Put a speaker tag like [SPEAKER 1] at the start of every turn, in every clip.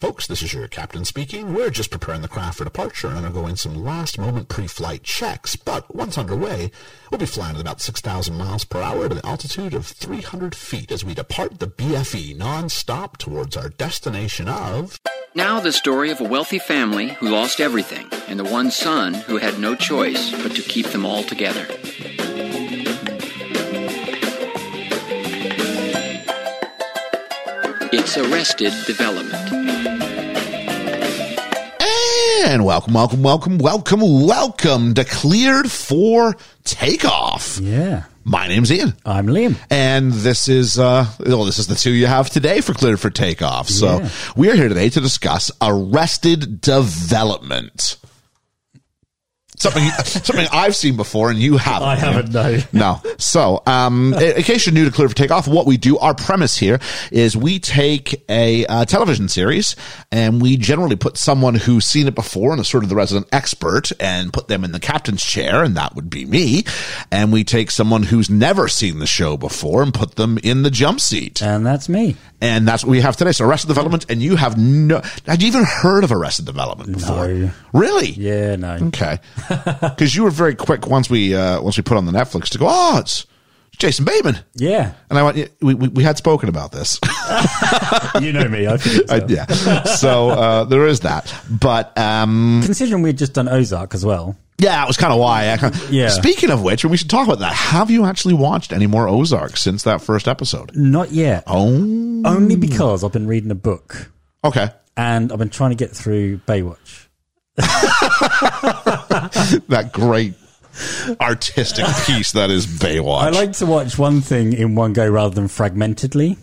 [SPEAKER 1] Folks, this is your captain speaking. We're just preparing the craft for departure and undergoing some last moment pre flight checks, but once underway, we'll be flying at about 6,000 miles per hour at an altitude of 300 feet as we depart the BFE non stop towards our destination of.
[SPEAKER 2] Now, the story of a wealthy family who lost everything and the one son who had no choice but to keep them all together. It's Arrested Development.
[SPEAKER 1] And welcome, welcome, welcome, welcome, welcome to Cleared for Takeoff.
[SPEAKER 3] Yeah.
[SPEAKER 1] My name's Ian.
[SPEAKER 3] I'm Liam.
[SPEAKER 1] And this is uh well, this is the two you have today for cleared for takeoff. So
[SPEAKER 3] Yeah.
[SPEAKER 1] we are here today to discuss arrested development. Something something I've seen before and you haven't.
[SPEAKER 3] I haven't, no.
[SPEAKER 1] No. So, um, in in case you're new to Clear for Takeoff, what we do, our premise here is we take a uh, television series and we generally put someone who's seen it before and is sort of the resident expert and put them in the captain's chair, and that would be me. And we take someone who's never seen the show before and put them in the jump seat.
[SPEAKER 3] And that's me.
[SPEAKER 1] And that's what we have today. So, Arrested Development, and you have no, had you even heard of Arrested Development before?
[SPEAKER 3] No.
[SPEAKER 1] Really?
[SPEAKER 3] Yeah, no.
[SPEAKER 1] Okay, because you were very quick once we uh, once we put on the Netflix to go. Oh, it's Jason Bateman,
[SPEAKER 3] Yeah.
[SPEAKER 1] and I went. "Yeah, We we, we had spoken about this,
[SPEAKER 3] You know me. I figured
[SPEAKER 1] I-
[SPEAKER 3] so.
[SPEAKER 1] yeah. So uh, there is that, but um,
[SPEAKER 3] Considering we'd just done Ozark as well.
[SPEAKER 1] yeah, that was kind of why. I kinda,
[SPEAKER 3] Yeah.
[SPEAKER 1] Speaking of which, and we should talk about that. Have you actually watched any more Ozark since that first episode?
[SPEAKER 3] Not yet.
[SPEAKER 1] Oh,
[SPEAKER 3] Only because I've been reading a book
[SPEAKER 1] okay.
[SPEAKER 3] and I've been trying to get through Baywatch.
[SPEAKER 1] That great artistic piece that is Baywatch.
[SPEAKER 3] I like to watch one thing in one go rather than fragmentedly.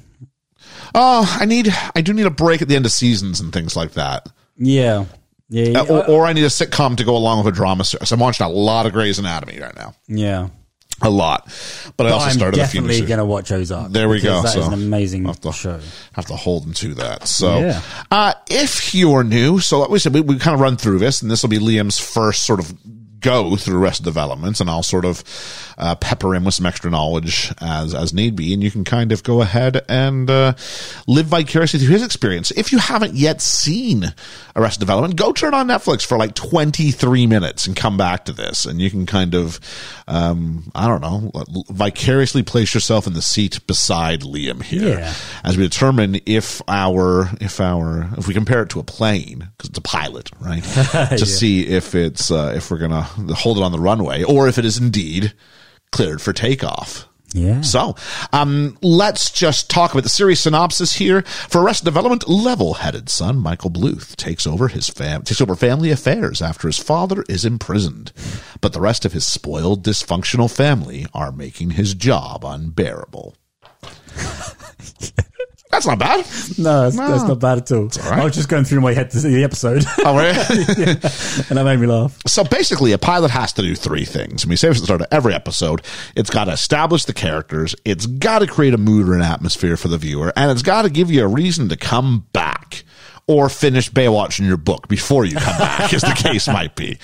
[SPEAKER 1] oh, I need. I do need a break at the end of seasons and things like that.
[SPEAKER 3] Yeah. Yeah.
[SPEAKER 1] Uh, or, or I need a sitcom to go along with a drama series. I'm watching a lot of Grey's Anatomy right now,
[SPEAKER 3] yeah.
[SPEAKER 1] a lot. But I also
[SPEAKER 3] I'm
[SPEAKER 1] started a few new
[SPEAKER 3] definitely
[SPEAKER 1] series.
[SPEAKER 3] going to watch Ozark.
[SPEAKER 1] There we
[SPEAKER 3] because
[SPEAKER 1] go,
[SPEAKER 3] That is
[SPEAKER 1] so
[SPEAKER 3] an amazing
[SPEAKER 1] I'll have to-
[SPEAKER 3] show.
[SPEAKER 1] Have to hold them to that. So,
[SPEAKER 3] Yeah.
[SPEAKER 1] uh, if you're new, so like we said, we, we kind of run through this, and this will be Liam's first sort of go through rest of developments, and I'll sort of uh, pepper in with some extra knowledge as as need be, and you can kind of go ahead and uh, live vicariously through his experience. If you haven't yet seen Arrested Development, go turn on Netflix for like 23 minutes and come back to this, and you can kind of, um, I don't know, vicariously place yourself in the seat beside Liam here
[SPEAKER 3] Yeah.
[SPEAKER 1] as we determine if our if our if we compare it to a plane because it's a pilot, right? to see if it's uh, if we're gonna hold it on the runway or if it is indeed cleared for takeoff.
[SPEAKER 3] Yeah.
[SPEAKER 1] So, um, let's just talk about the series synopsis here. For Arrested Development, level-headed son Michael Bluth takes over his fam- takes over family affairs after his father is imprisoned, but the rest of his spoiled, dysfunctional family are making his job unbearable. That's not bad.
[SPEAKER 3] No, that's, that's not bad at all.
[SPEAKER 1] right.
[SPEAKER 3] I was just going through my head to see the episode,
[SPEAKER 1] All right.
[SPEAKER 3] and that made me laugh.
[SPEAKER 1] so basically, a pilot has to do three things. And we say this at the start of every episode. It's got to establish the characters, it's got to create a mood or an atmosphere for the viewer, and it's got to give you a reason to come back or finish Baywatch in your book before you come back, as the case might be.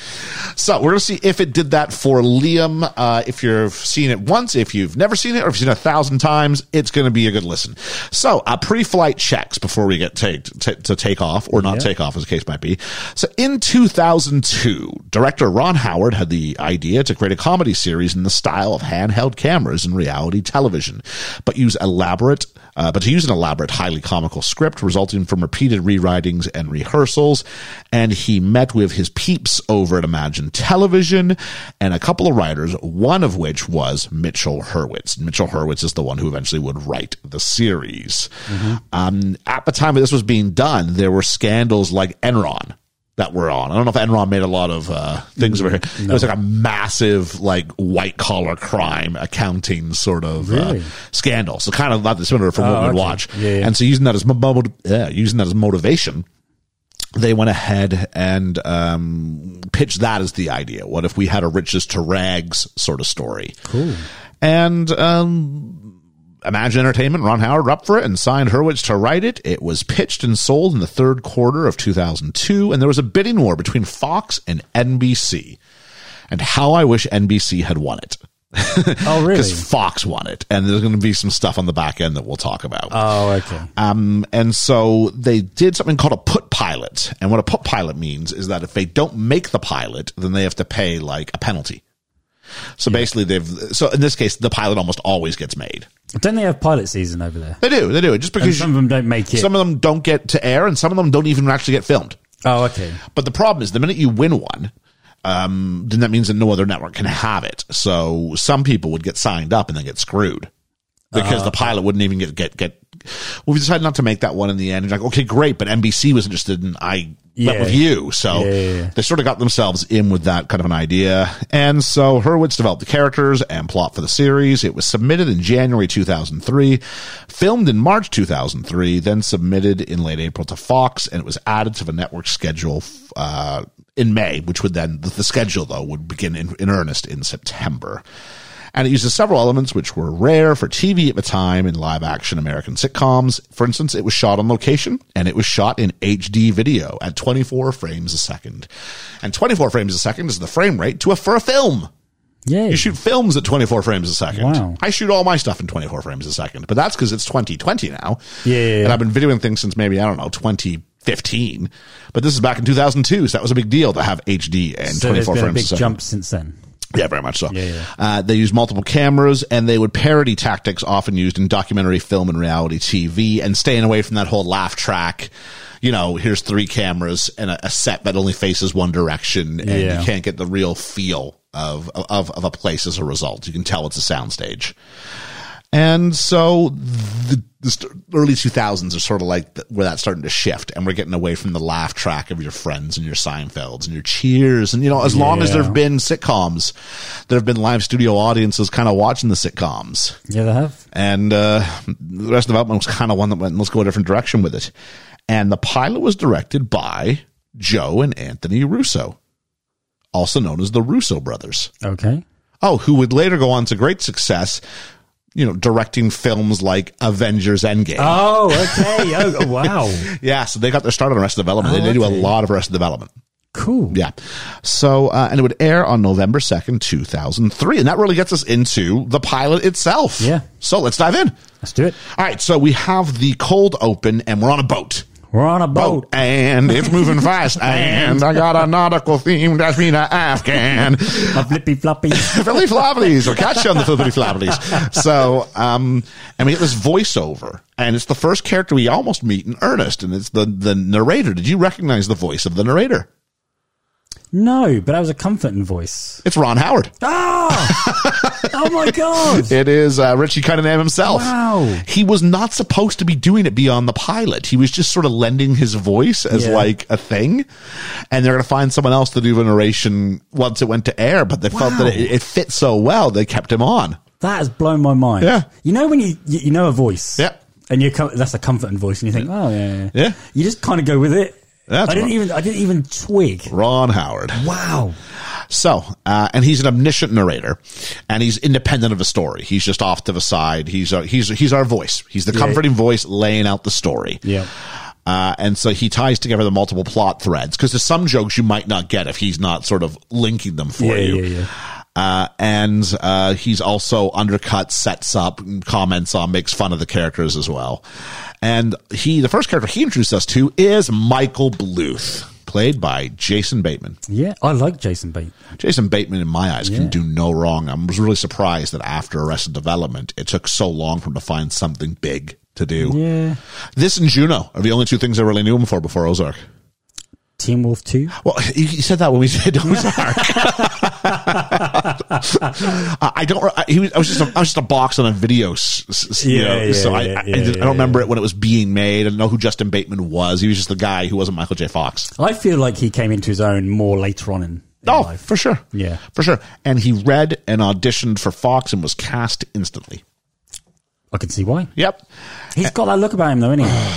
[SPEAKER 1] So we're going to see if it did that for Liam. Uh, if you've seen it once, if you've never seen it, or if you've seen it a thousand times, it's going to be a good listen. So uh, pre-flight checks before we get take, t- to take off or not take off, as the case might be. So in 2002, director Ron Howard had the idea to create a comedy series in the style of handheld cameras and reality television, but use elaborate, uh, but to use an elaborate, highly comical script resulting from repeated rewritings and rehearsals. And he met with his peeps over at Imagine Television and a couple of writers, one of which was Mitchell Hurwitz. Mitchell Hurwitz is the one who eventually would write the series.
[SPEAKER 3] Mm-hmm.
[SPEAKER 1] Um, at the time this was being done, there were scandals like Enron that were on. I don't know if Enron made a lot of uh, things over here. It was like a massive, like white collar crime accounting sort of uh,
[SPEAKER 3] Really?
[SPEAKER 1] scandal. So kind of not dissimilar from what
[SPEAKER 3] Oh,
[SPEAKER 1] we'd
[SPEAKER 3] okay.
[SPEAKER 1] watch.
[SPEAKER 3] Yeah, yeah.
[SPEAKER 1] And so using that as mo- mo- yeah, using that as motivation they went ahead and um, pitched that as the idea. What if we had a riches to rags sort of story? Cool. And um, Imagine Entertainment, Ron Howard, were up for it and signed Hurwitz to write it. It was pitched and sold in the third quarter of 2002, and there was a bidding war between Fox and NBC. And how I wish NBC had won it.
[SPEAKER 3] Oh, really?
[SPEAKER 1] because Fox won it, and there's going to be some stuff on the back end that we'll talk about.
[SPEAKER 3] Oh, okay.
[SPEAKER 1] Um, and so they did something called a put pilot. And what a put pilot means is that if they don't make the pilot, then they have to pay like a penalty. So basically, they've so in this case, the pilot almost always gets made.
[SPEAKER 3] Don't they have pilot season over there?
[SPEAKER 1] They do, they do. Just
[SPEAKER 3] And
[SPEAKER 1] because
[SPEAKER 3] some of them don't make it.
[SPEAKER 1] some of them don't get to air, and some of them don't even actually get filmed.
[SPEAKER 3] oh, okay.
[SPEAKER 1] But the problem is, the minute you win one, um, then that means that no other network can have it. So some people would get signed up and then get screwed because
[SPEAKER 3] Uh-huh.
[SPEAKER 1] the pilot wouldn't even get get get. Well, we decided not to make that one in the end. You're like, okay, great, but NBC was interested, and I went
[SPEAKER 3] Yeah.
[SPEAKER 1] with you. So
[SPEAKER 3] Yeah, yeah, yeah.
[SPEAKER 1] they sort of got themselves in with that kind of an idea. And so Hurwitz developed the characters and plot for the series. It was submitted in January 2003, filmed in March 2003, then submitted in late April to Fox, and it was added to the network schedule uh, in May, which would then, the, the schedule though, would begin in, in earnest in September. And it uses several elements which were rare for TV at the time in live action American sitcoms. For instance, it was shot on location and it was shot in HD video at 24 frames a second. And 24 frames a second is the frame rate to a, for a film.
[SPEAKER 3] Yeah.
[SPEAKER 1] You shoot films at 24 frames a second.
[SPEAKER 3] Wow.
[SPEAKER 1] I shoot all my stuff in 24 frames a second, but that's because it's 2020 now.
[SPEAKER 3] Yeah, yeah, yeah.
[SPEAKER 1] And I've been videoing things since maybe, I don't know, 2015. But this is back in 2002, so that was a big deal to have HD and
[SPEAKER 3] so there's
[SPEAKER 1] 24
[SPEAKER 3] been
[SPEAKER 1] frames
[SPEAKER 3] a big
[SPEAKER 1] a second.
[SPEAKER 3] jump since then.
[SPEAKER 1] Yeah, very much so.
[SPEAKER 3] Yeah, yeah.
[SPEAKER 1] Uh, they used multiple cameras and they would parody tactics often used in documentary film and reality TV and staying away from that whole laugh track. You know, here's three cameras and a, a set that only faces one direction and
[SPEAKER 3] Yeah.
[SPEAKER 1] you can't get the real feel of, of, of a place as a result. You can tell it's a soundstage. And so the, the st- early 2000s are sort of like th- where that's starting to shift and we're getting away from the laugh track of your friends and your Seinfelds and your cheers. And, you know, as long as
[SPEAKER 3] Yeah.
[SPEAKER 1] there have been sitcoms, there have been live studio audiences kind of watching the sitcoms.
[SPEAKER 3] Yeah, they have.
[SPEAKER 1] And uh, the rest of the album was kind of one that went, let's go a different direction with it. And the pilot was directed by Joe and Anthony Russo, also known as the Russo brothers.
[SPEAKER 3] Okay.
[SPEAKER 1] Oh, who would later go on to great success, you know, directing films like Avengers Endgame.
[SPEAKER 3] Oh, okay. Oh, wow.
[SPEAKER 1] yeah, so they got their start on Arrested Development.
[SPEAKER 3] Ah,
[SPEAKER 1] they, they do a lot of Arrested Development.
[SPEAKER 3] Cool.
[SPEAKER 1] Yeah. So, uh, and it would air on November 2nd, 2003. And that really gets us into the pilot itself.
[SPEAKER 3] Yeah.
[SPEAKER 1] So let's dive in.
[SPEAKER 3] Let's do it.
[SPEAKER 1] All right. So we have the cold open and we're on a boat.
[SPEAKER 3] We're on a boat.
[SPEAKER 1] And it's moving fast. And I got a nautical theme. That's me, an Afghan.
[SPEAKER 3] A flippy floppy.
[SPEAKER 1] Philly Floppies. We'll catch you on the Philly Floppies. So, um, and we get this voiceover, and it's the first character we almost meet in earnest, and it's the, the narrator. Did you recognize the voice of the narrator?
[SPEAKER 3] no, but that was a comforting voice.
[SPEAKER 1] It's Ron Howard.
[SPEAKER 3] Oh, oh my God.
[SPEAKER 1] It is uh, Richie Cunningham himself.
[SPEAKER 3] Wow.
[SPEAKER 1] He was not supposed to be doing it beyond the pilot. He was just sort of lending his voice as
[SPEAKER 3] Yeah.
[SPEAKER 1] like a thing. And they're going to find someone else to do the narration once it went to air, but they felt that it, it fit so well, they kept him on.
[SPEAKER 3] That has blown my mind.
[SPEAKER 1] Yeah.
[SPEAKER 3] You know when you you, you know a voice.
[SPEAKER 1] Yeah.
[SPEAKER 3] And you com- that's a comforting voice, and you think, oh yeah, yeah.
[SPEAKER 1] Yeah.
[SPEAKER 3] You just kind of go with it.
[SPEAKER 1] That's
[SPEAKER 3] I didn't
[SPEAKER 1] right.
[SPEAKER 3] even I didn't even twig.
[SPEAKER 1] Ron Howard.
[SPEAKER 3] Wow.
[SPEAKER 1] So, uh, and he's an omniscient narrator, and he's independent of a story. He's just off to the side. He's our, he's he's our voice. He's the comforting voice laying out the story.
[SPEAKER 3] Yeah.
[SPEAKER 1] Uh, and so he ties together the multiple plot threads because there's some jokes you might not get if he's not sort of linking them for
[SPEAKER 3] Yeah,
[SPEAKER 1] you.
[SPEAKER 3] yeah, yeah.
[SPEAKER 1] Uh, and uh, he's also undercut, sets up, comments on, makes fun of the characters as well. And he, the first character he introduced us to is Michael Bluth, played by Jason Bateman.
[SPEAKER 3] Yeah. I like Jason Bate.
[SPEAKER 1] Jason Bateman, in my eyes, can
[SPEAKER 3] Yeah.
[SPEAKER 1] do no wrong. I was really surprised that after Arrested Development, it took so long for him to find something big to do.
[SPEAKER 3] Yeah.
[SPEAKER 1] This and Juno are the only two things I really knew him for before Ozark.
[SPEAKER 3] Teen Wolf Two.
[SPEAKER 1] Well, you you said that when we did Ozark. I I don't. I, he was, I was just. A, I was just a box on a video. s- s- s- you
[SPEAKER 3] Yeah,
[SPEAKER 1] know,
[SPEAKER 3] yeah,
[SPEAKER 1] so I,
[SPEAKER 3] yeah,
[SPEAKER 1] I,
[SPEAKER 3] yeah,
[SPEAKER 1] I, just- I
[SPEAKER 3] yeah.
[SPEAKER 1] don't remember it when it was being made. I don't know who Justin Bateman was. He was just the guy who wasn't Michael J. Fox.
[SPEAKER 3] I feel like he came into his own more later on in, in
[SPEAKER 1] Oh,
[SPEAKER 3] life.
[SPEAKER 1] for sure.
[SPEAKER 3] Yeah.
[SPEAKER 1] for sure. And he read and auditioned for Fox and was cast instantly.
[SPEAKER 3] I can see why.
[SPEAKER 1] Yep.
[SPEAKER 3] He's got that look about him though, isn't he?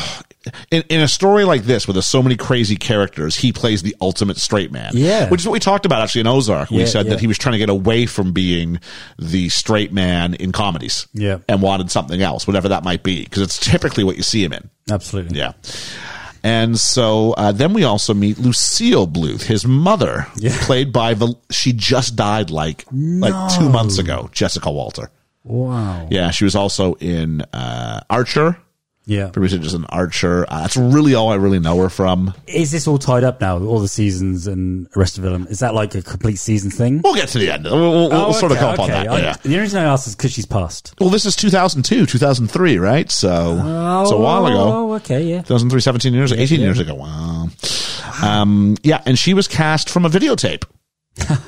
[SPEAKER 1] In, in a story like this, where there's so many crazy characters, he plays the ultimate straight man.
[SPEAKER 3] Yeah.
[SPEAKER 1] Which is what we talked about actually in Ozark. We
[SPEAKER 3] Yeah,
[SPEAKER 1] said
[SPEAKER 3] yeah.
[SPEAKER 1] that he was trying to get away from being the straight man in comedies.
[SPEAKER 3] Yeah.
[SPEAKER 1] And wanted something else, whatever that might be, because it's typically what you see him in.
[SPEAKER 3] Absolutely.
[SPEAKER 1] Yeah. And so uh, then we also meet Lucille Bluth, his mother,
[SPEAKER 3] Yeah.
[SPEAKER 1] played by Val- she just died like like two months ago, Jessica Walter.
[SPEAKER 3] Wow.
[SPEAKER 1] Yeah, she was also in uh, Archer.
[SPEAKER 3] Yeah.
[SPEAKER 1] Previously, just an Archer. Uh, that's really all I really know her from.
[SPEAKER 3] Is this all tied up now? All the seasons and the rest of them? Is that like a complete season thing?
[SPEAKER 1] We'll get to the end. We'll, we'll-
[SPEAKER 3] Oh,
[SPEAKER 1] we'll sort of come up on that.
[SPEAKER 3] I-
[SPEAKER 1] yeah.
[SPEAKER 3] The only reason I asked is because she's passed.
[SPEAKER 1] Well, this is 2002, 2003, right? So it's a while ago.
[SPEAKER 3] Oh, okay, yeah.
[SPEAKER 1] 2003, 17 years, 18 years ago. Wow. Um, yeah, and she was cast from a videotape.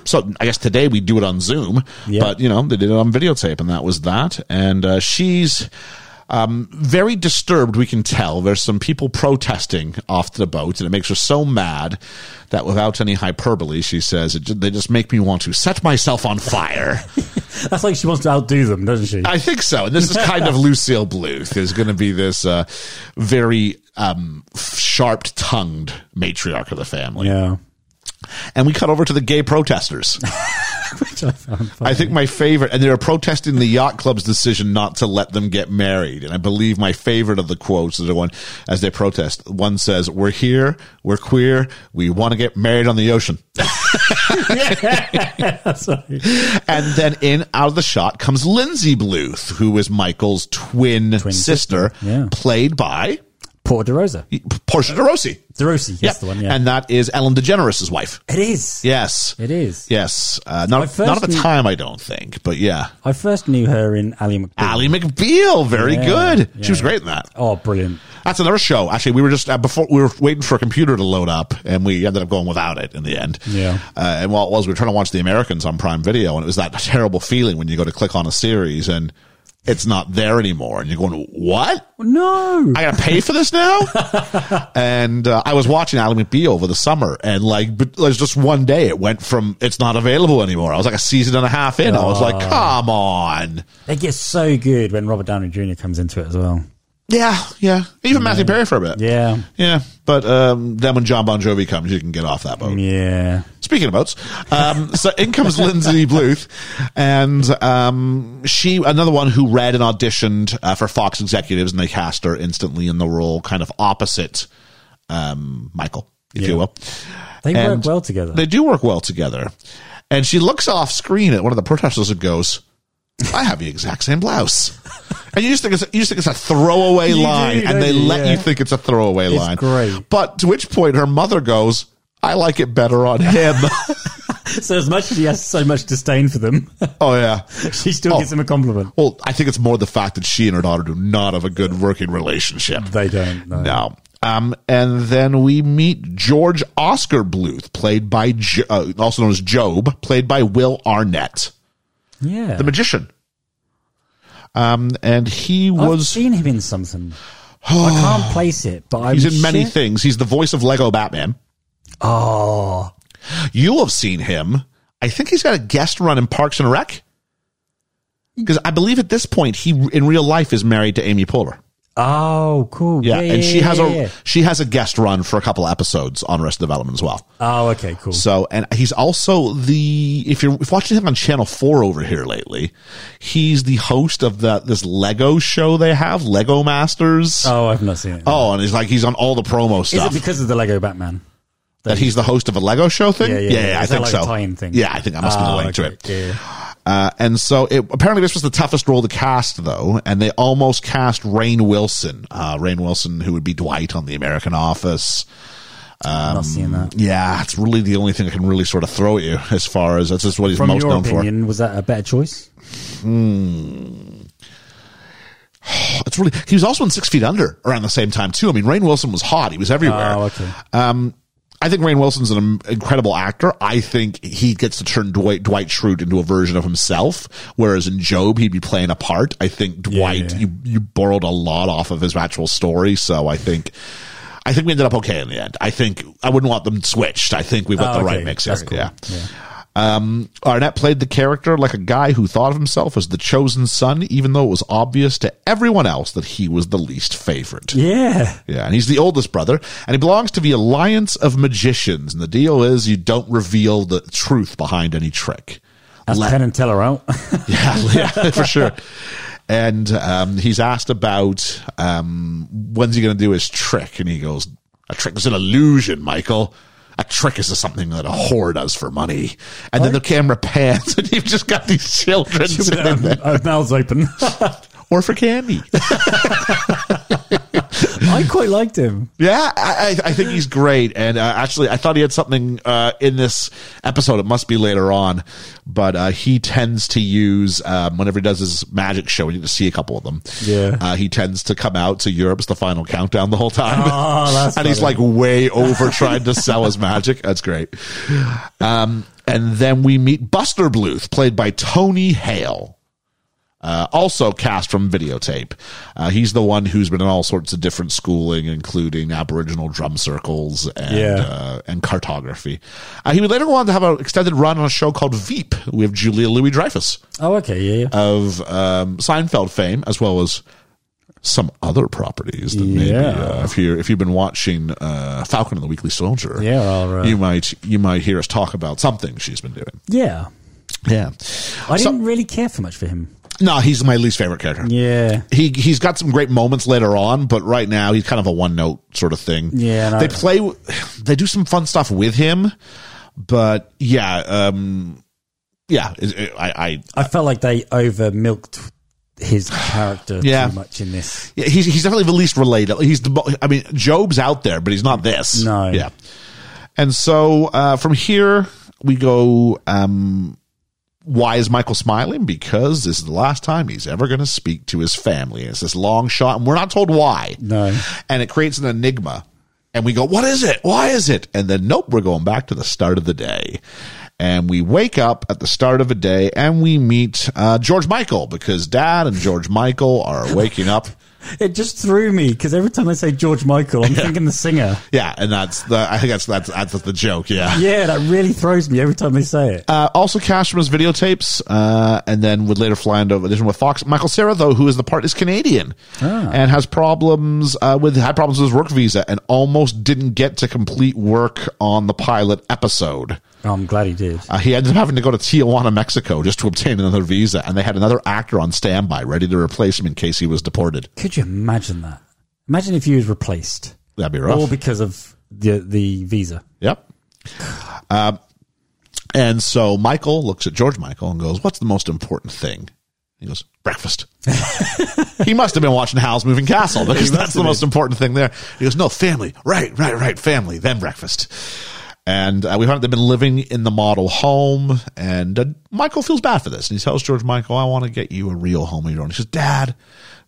[SPEAKER 1] so I guess today we do it on Zoom,
[SPEAKER 3] Yeah.
[SPEAKER 1] but you know they did it on videotape, and that was that. And uh, she's um, very disturbed. We can tell there's some people protesting off the boat, and it makes her so mad that without any hyperbole, she says it, ju- they just make me want to set myself on fire.
[SPEAKER 3] That's like she wants to outdo them, doesn't she?
[SPEAKER 1] I think so. And this is kind of Lucille Bluth is going to be this uh, very um, sharp tongued matriarch of the family.
[SPEAKER 3] yeah.
[SPEAKER 1] And we cut over to the gay protesters. I think my favorite, and they were protesting the yacht club's decision not to let them get married. And I believe my favorite of the quotes is the one as they protest. One says, "We're here, we're queer, we want to get married on the ocean."
[SPEAKER 3] That's right.
[SPEAKER 1] And then in out of the shot comes Lindsay Bluth, who is Michael's twin, sister,
[SPEAKER 3] yeah.
[SPEAKER 1] played by
[SPEAKER 3] Porta de Rosa.
[SPEAKER 1] Portia de Rossi.
[SPEAKER 3] DeRosi, that's the one, yeah.
[SPEAKER 1] And that is Ellen DeGeneres' wife.
[SPEAKER 3] it is.
[SPEAKER 1] Yes.
[SPEAKER 3] It is.
[SPEAKER 1] Yes. Uh, not,
[SPEAKER 3] first
[SPEAKER 1] not at the
[SPEAKER 3] knew-
[SPEAKER 1] time, I don't think, but yeah.
[SPEAKER 3] I first knew her in Ally McBeal.
[SPEAKER 1] Ally McBeal, very
[SPEAKER 3] Yeah,
[SPEAKER 1] good. She was
[SPEAKER 3] yeah.
[SPEAKER 1] great in that.
[SPEAKER 3] Oh, brilliant.
[SPEAKER 1] That's another show. Actually, we were just uh, before we were waiting for a computer to load up, and we ended up going without it in the end.
[SPEAKER 3] Yeah.
[SPEAKER 1] Uh, and while it was, we were trying to watch The Americans on Prime Video, and it was that terrible feeling when you go to click on a series and it's not there anymore, and you're going, "What?
[SPEAKER 3] No.
[SPEAKER 1] I gotta pay for this now?" and uh, I was watching Ally McBeal over the summer, and like, but it was just one day it went from it's not available anymore. I was like a season and a half in. I was like,
[SPEAKER 3] Ah.
[SPEAKER 1] "Come on."
[SPEAKER 3] They get so good when Robert Downey Jr. comes into it as well.
[SPEAKER 1] Yeah, yeah. Even Matthew Perry for a bit.
[SPEAKER 3] Yeah.
[SPEAKER 1] Yeah, but um, then when John Bon Jovi comes, you can get off that
[SPEAKER 3] Mm.
[SPEAKER 1] boat.
[SPEAKER 3] Yeah.
[SPEAKER 1] Speaking of boats, um, so in comes Lindsay Bluth, and um, she another one who read and auditioned uh, for Fox executives, and they cast her instantly in the role, kind of opposite um, Michael, if you will.
[SPEAKER 3] They
[SPEAKER 1] And
[SPEAKER 3] work well together.
[SPEAKER 1] They do work well together, and she looks off screen at one of the protesters and goes, "I have the exact same blouse." And you just think it's you just think it's a throwaway
[SPEAKER 3] do,
[SPEAKER 1] line, and
[SPEAKER 3] don't
[SPEAKER 1] they
[SPEAKER 3] you?
[SPEAKER 1] let
[SPEAKER 3] Yeah.
[SPEAKER 1] you think it's a throwaway line.
[SPEAKER 3] great.
[SPEAKER 1] But to which point her mother goes, "I like it better on him."
[SPEAKER 3] so as much as he has so much disdain for them,
[SPEAKER 1] oh yeah.
[SPEAKER 3] she still
[SPEAKER 1] Oh.
[SPEAKER 3] gives him a compliment.
[SPEAKER 1] Well, I think it's more the fact that she and her daughter do not have a good working relationship.
[SPEAKER 3] They don't. No.
[SPEAKER 1] No. Um, and then we meet George Oscar Bluth, played by jo- uh, also known as Job, played by Will Arnett,
[SPEAKER 3] Yeah.
[SPEAKER 1] the magician. Um, and he
[SPEAKER 3] I've
[SPEAKER 1] was
[SPEAKER 3] seen him in something. I can't place it, but I'm
[SPEAKER 1] he's in many
[SPEAKER 3] sure-
[SPEAKER 1] things. He's the voice of Lego Batman.
[SPEAKER 3] Oh,
[SPEAKER 1] You'll have seen him. I think he's got a guest run in Parks and Rec. Because I believe at this point he in real life is married to Amy Poehler.
[SPEAKER 3] oh, cool.
[SPEAKER 1] Yeah, and she
[SPEAKER 3] yeah,
[SPEAKER 1] has
[SPEAKER 3] yeah, yeah.
[SPEAKER 1] a she has a guest run for a couple episodes on Rest Development as well.
[SPEAKER 3] Oh, okay, cool.
[SPEAKER 1] So, and he's also the if you're watching him on Channel Four over here lately, he's the host of the this Lego show they have, Lego Masters. Oh,
[SPEAKER 3] Oh, I've not seen it.
[SPEAKER 1] and he's like he's on all the promo
[SPEAKER 3] Is
[SPEAKER 1] stuff.
[SPEAKER 3] it because of the Lego Batman?
[SPEAKER 1] that he's the host of a Lego show thing?
[SPEAKER 3] Yeah, yeah, yeah.
[SPEAKER 1] I
[SPEAKER 3] Is that
[SPEAKER 1] think
[SPEAKER 3] like a
[SPEAKER 1] so.
[SPEAKER 3] tie-in thing?
[SPEAKER 1] Yeah, I think I must have
[SPEAKER 3] Oh,
[SPEAKER 1] a link to
[SPEAKER 3] okay,
[SPEAKER 1] it.
[SPEAKER 3] yeah, yeah.
[SPEAKER 1] Uh, and so it, apparently this was the toughest role to cast though, and they almost cast Rain Wilson, uh, Rain Wilson who would be Dwight on The American Office.
[SPEAKER 3] I've
[SPEAKER 1] Um,
[SPEAKER 3] not seen that.
[SPEAKER 1] Yeah, it's really the only thing I can really sort of throw at you as far as that's just what he's
[SPEAKER 3] From
[SPEAKER 1] most
[SPEAKER 3] your
[SPEAKER 1] known
[SPEAKER 3] opinion, was that a better choice?
[SPEAKER 1] for. It's really he was also in Six Feet Under around the same time too. I mean, Rain Wilson was hot; he was everywhere.
[SPEAKER 3] Oh, okay.
[SPEAKER 1] Um, I think Rain Wilson's an im- incredible actor. I think he gets to turn Dwight, Dwight Schrute into a version of himself, whereas in Job he'd be playing a part. I think Dwight
[SPEAKER 3] yeah.
[SPEAKER 1] You, you borrowed a lot off of his actual story, so I think I think we ended up okay in the end. I think I wouldn't want them switched. I think we've got
[SPEAKER 3] Oh,
[SPEAKER 1] the
[SPEAKER 3] okay.
[SPEAKER 1] right mix here.
[SPEAKER 3] That's cool.
[SPEAKER 1] Yeah. Um, Arnett played the character like a guy who thought of himself as the chosen son, even though it was obvious to everyone else that he was the least favorite.
[SPEAKER 3] Yeah.
[SPEAKER 1] Yeah, and he's the oldest brother, and he belongs to the Alliance of Magicians. And the deal is you don't reveal the truth behind any trick.
[SPEAKER 3] That's
[SPEAKER 1] Let-
[SPEAKER 3] Penn and Teller out.
[SPEAKER 1] yeah, yeah, for sure. And um, he's asked about um, when's he going to do his trick, and he goes, A trick is an illusion, Michael. A trick is something that a whore does for money. And then the camera pans, and you've just got these children sitting
[SPEAKER 3] Um,
[SPEAKER 1] there.
[SPEAKER 3] uh, mouth's open.
[SPEAKER 1] Or for candy.
[SPEAKER 3] I quite liked him.
[SPEAKER 1] Yeah, I, I I think he's great. And uh, actually, I thought he had something uh, in this episode. It must be later on, but uh, he tends to use um, whenever he does his magic show. You get to see a couple of them.
[SPEAKER 3] Yeah.
[SPEAKER 1] uh, he tends to come out to Europe's the final countdown the whole time,
[SPEAKER 3] Oh, that's
[SPEAKER 1] and he's
[SPEAKER 3] funny.
[SPEAKER 1] like way over trying to sell his magic. That's great. Um, and then we meet Buster Bluth, played by Tony Hale uh, also cast from videotape. Uh, he's the one who's been in all sorts of different schooling, including Aboriginal drum circles and
[SPEAKER 3] Yeah.
[SPEAKER 1] uh, and cartography. Uh, he would later go on to have an extended run on a show called Veep with Julia Louis Dreyfus
[SPEAKER 3] Oh, okay, yeah, yeah.
[SPEAKER 1] of um, Seinfeld fame, as well as some other properties that maybe
[SPEAKER 3] Yeah.
[SPEAKER 1] uh, if you if you've been watching uh, Falcon and the Weekly Soldier,
[SPEAKER 3] Yeah, I'll, uh,
[SPEAKER 1] you might you might hear us talk about something she's been doing.
[SPEAKER 3] yeah.
[SPEAKER 1] Yeah,
[SPEAKER 3] I
[SPEAKER 1] So-
[SPEAKER 3] didn't really care for much for him.
[SPEAKER 1] no, he's my least favorite character.
[SPEAKER 3] Yeah.
[SPEAKER 1] he he's got some great moments later on, but right now he's kind of a one note sort of thing.
[SPEAKER 3] Yeah, and
[SPEAKER 1] they
[SPEAKER 3] I-
[SPEAKER 1] play, they do some fun stuff with him, but yeah, um, yeah, it- it- I, I
[SPEAKER 3] I felt like they over milked his character
[SPEAKER 1] Yeah.
[SPEAKER 3] too much in this.
[SPEAKER 1] yeah, he's he's definitely the least relatable. He's the mo- I mean, Job's out there, but he's not this.
[SPEAKER 3] No.
[SPEAKER 1] yeah, and so uh, from here we go. Um, why is Michael smiling? Because this is the last time he's ever going to speak to his family. It's this long shot, and we're not told why.
[SPEAKER 3] No.
[SPEAKER 1] and it creates an enigma. And we go, what is it? Why is it? And then, nope, we're going back to the start of the day. And we wake up at the start of a day and we meet uh, George Michael because dad and George Michael are waking up.
[SPEAKER 3] It just threw me because every time I say George Michael, I'm thinking the singer.
[SPEAKER 1] Yeah. And that's the, I think that's, that's, that's the joke. Yeah.
[SPEAKER 3] Yeah, that really throws me every time they say it.
[SPEAKER 1] Uh, also cast from his videotapes, uh, and then would later fly into addition with Fox. Michael Sarah, though, who is the part is Canadian and has problems uh, with had problems with his work visa and almost didn't get to complete work on the pilot episode.
[SPEAKER 3] Oh, I'm glad he did.
[SPEAKER 1] Uh, he ended up having to go to Tijuana, Mexico, just to obtain another visa, and they had another actor on standby ready to replace him in case he was deported.
[SPEAKER 3] Could you imagine that? Imagine if you was replaced,
[SPEAKER 1] That'd be rough.
[SPEAKER 3] all because of the the visa.
[SPEAKER 1] yep. Um, and so Michael looks at George Michael and goes, "What's the most important thing?" He goes, "Breakfast." he must have been watching Howl's Moving Castle because that's the most important thing there. He goes, "No, family. Right, right, right. Family, then breakfast." And uh, we found out they've been living in the model home. And uh, Michael feels bad for this. And he tells George Michael, I want to get you a real home of your own. He says, Dad,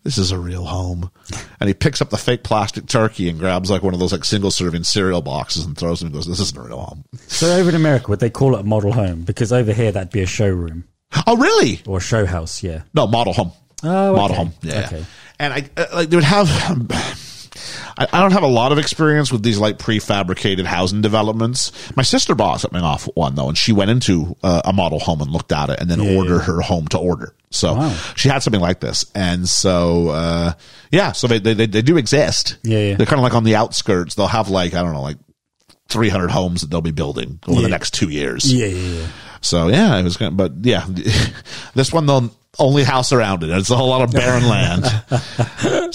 [SPEAKER 1] this is a real home. And he picks up the fake plastic turkey and grabs like one of those like single serving cereal boxes and throws it and goes, This isn't a real home.
[SPEAKER 3] So over in America, would they call it a model home? Because over here, that'd be a showroom
[SPEAKER 1] Oh, really?
[SPEAKER 3] or a show house. Yeah.
[SPEAKER 1] No, model home.
[SPEAKER 3] Oh,
[SPEAKER 1] Model
[SPEAKER 3] okay.
[SPEAKER 1] home. Yeah.
[SPEAKER 3] Okay.
[SPEAKER 1] And I uh, like they would have. I I don't have a lot of experience with these like prefabricated housing developments. My sister bought something off one though, and she went into uh, a model home and looked at it, and then ordered her home to order. So
[SPEAKER 3] Wow.
[SPEAKER 1] she had something like this, and so uh, yeah, so they, they they they do exist.
[SPEAKER 3] Yeah, yeah.
[SPEAKER 1] they're kind of like on the outskirts. They'll have like I don't know, like three hundred homes that they'll be building over the next two years.
[SPEAKER 3] Yeah, yeah, yeah.
[SPEAKER 1] So yeah, it was kind of, but yeah, this one the only house around it. It's a whole lot of barren land.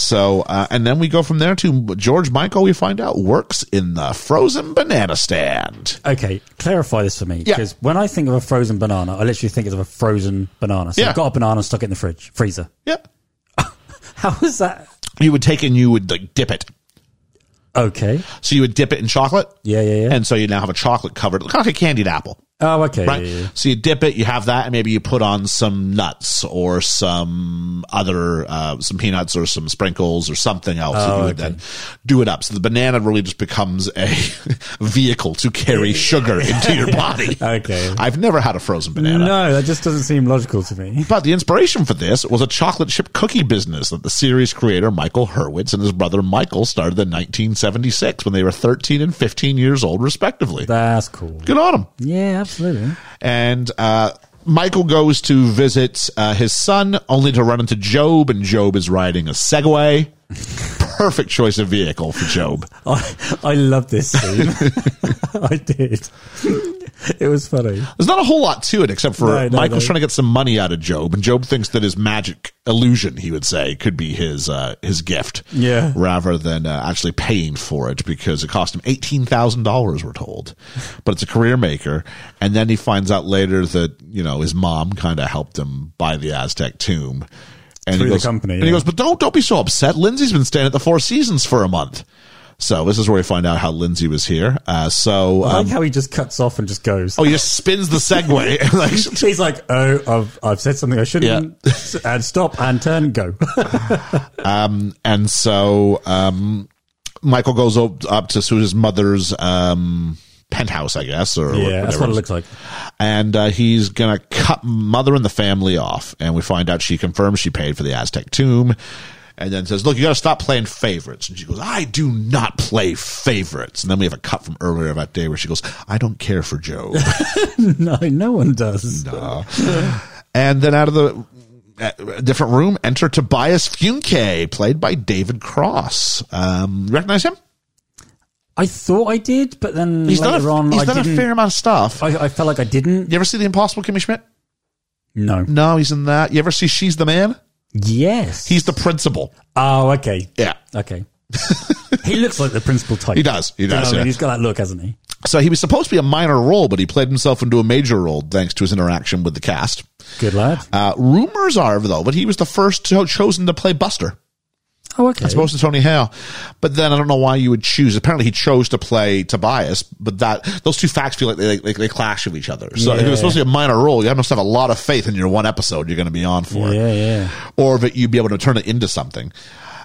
[SPEAKER 1] So uh, and then we go from there to George Michael. We find out works in the frozen banana stand.
[SPEAKER 3] Okay, clarify this for me
[SPEAKER 1] Yeah.
[SPEAKER 3] because when I think of a frozen banana, I literally think of a frozen banana. So
[SPEAKER 1] Yeah.
[SPEAKER 3] I've got a banana stuck it in the fridge freezer.
[SPEAKER 1] Yeah,
[SPEAKER 3] How is that?
[SPEAKER 1] you would take and you would like dip it.
[SPEAKER 3] Okay.
[SPEAKER 1] So you would dip it in chocolate.
[SPEAKER 3] Yeah, yeah, yeah.
[SPEAKER 1] And so you now have a chocolate covered, kind of like a candied apple.
[SPEAKER 3] oh, okay.
[SPEAKER 1] right?
[SPEAKER 3] Yeah, yeah, yeah.
[SPEAKER 1] So you dip it, you have that, and maybe you put on some nuts or some other, uh, some peanuts or some sprinkles or something else.
[SPEAKER 3] Oh,
[SPEAKER 1] that you would then do it up. So the banana really just becomes a vehicle to carry sugar into your body.
[SPEAKER 3] Okay.
[SPEAKER 1] I've never had a frozen banana.
[SPEAKER 3] No, that just doesn't seem logical to me.
[SPEAKER 1] But the inspiration for this was a chocolate chip cookie business that the series creator Michael Hurwitz and his brother Michael started in 1976 when they were 13 and 15 years old, respectively.
[SPEAKER 3] That's cool.
[SPEAKER 1] Good on them
[SPEAKER 3] Yeah, absolutely.
[SPEAKER 1] and uh, Michael goes to visit uh, his son, only to run into Job, and Job is riding a Segway. perfect choice of vehicle for Job.
[SPEAKER 3] I, I love this scene. I did. It was funny.
[SPEAKER 1] There's not a whole lot to it except for
[SPEAKER 3] No, no,
[SPEAKER 1] Michael's
[SPEAKER 3] no.
[SPEAKER 1] trying to get some money out of Job, and Job thinks that his magic illusion, he would say, could be his uh, his gift,
[SPEAKER 3] Yeah.
[SPEAKER 1] rather than uh, actually paying for it because it cost him eighteen thousand dollars. We're told, but it's a career maker, and then he finds out later that you know his mom kind of helped him buy the Aztec tomb. And
[SPEAKER 3] Through
[SPEAKER 1] he
[SPEAKER 3] the
[SPEAKER 1] goes,
[SPEAKER 3] company,
[SPEAKER 1] and he
[SPEAKER 3] yeah.
[SPEAKER 1] goes, but don't don't be so upset. Lindsay's been staying at the Four Seasons for a month, so this is where we find out how Lindsay was here. Uh, so,
[SPEAKER 3] I
[SPEAKER 1] um,
[SPEAKER 3] like how he just cuts off and just goes.
[SPEAKER 1] oh, he just spins the segue. like,
[SPEAKER 3] He's like, oh, I've, I've said something I shouldn't. and stop and turn, go.
[SPEAKER 1] and so um, Michael goes up, up to Susan's mother's um, penthouse, I guess, or
[SPEAKER 3] yeah, that's what it looks like.
[SPEAKER 1] and uh, he's gonna cut mother and the family off. And we find out she confirms she paid for the Aztec tomb, and then says, "Look, you gotta stop playing favorites." And she goes, "I do not play favorites." And then we have a cut from earlier that day where she goes, "I don't care for Joe."
[SPEAKER 3] No, no one does.
[SPEAKER 1] and then out of the uh, different room, enter Tobias Funke, played by David Cross. Um, recognize him?
[SPEAKER 3] I thought I did, but then
[SPEAKER 1] He's
[SPEAKER 3] later
[SPEAKER 1] done a,
[SPEAKER 3] on,
[SPEAKER 1] he's
[SPEAKER 3] I
[SPEAKER 1] done a
[SPEAKER 3] didn't.
[SPEAKER 1] fair amount of stuff.
[SPEAKER 3] I, I felt like I didn't.
[SPEAKER 1] You ever see The Impossible Kimmy Schmidt?
[SPEAKER 3] No.
[SPEAKER 1] No, he's in that. You ever see She's the Man?
[SPEAKER 3] Yes.
[SPEAKER 1] He's the principal.
[SPEAKER 3] oh, okay.
[SPEAKER 1] Yeah.
[SPEAKER 3] Okay. he looks like the principal type.
[SPEAKER 1] He does. He
[SPEAKER 3] You know
[SPEAKER 1] does.
[SPEAKER 3] what I mean?
[SPEAKER 1] yeah.
[SPEAKER 3] He's got that look, hasn't he?
[SPEAKER 1] So he was supposed to be a minor role, but he played himself into a major role thanks to his interaction with the cast.
[SPEAKER 3] Good lad.
[SPEAKER 1] Uh, rumors are, though, that he was the first to, chosen to play Buster,
[SPEAKER 3] Oh, okay.
[SPEAKER 1] as opposed to Tony Hale. But then I don't know why you would choose. Apparently, he chose to play Tobias, but that those two facts feel like they, they, they clash with each other. So if it
[SPEAKER 3] Yeah.
[SPEAKER 1] was supposed to be a minor role, you must have a lot of faith in your one episode you're going to be on for. it.
[SPEAKER 3] yeah, yeah.
[SPEAKER 1] or that you'd be able to turn it into something.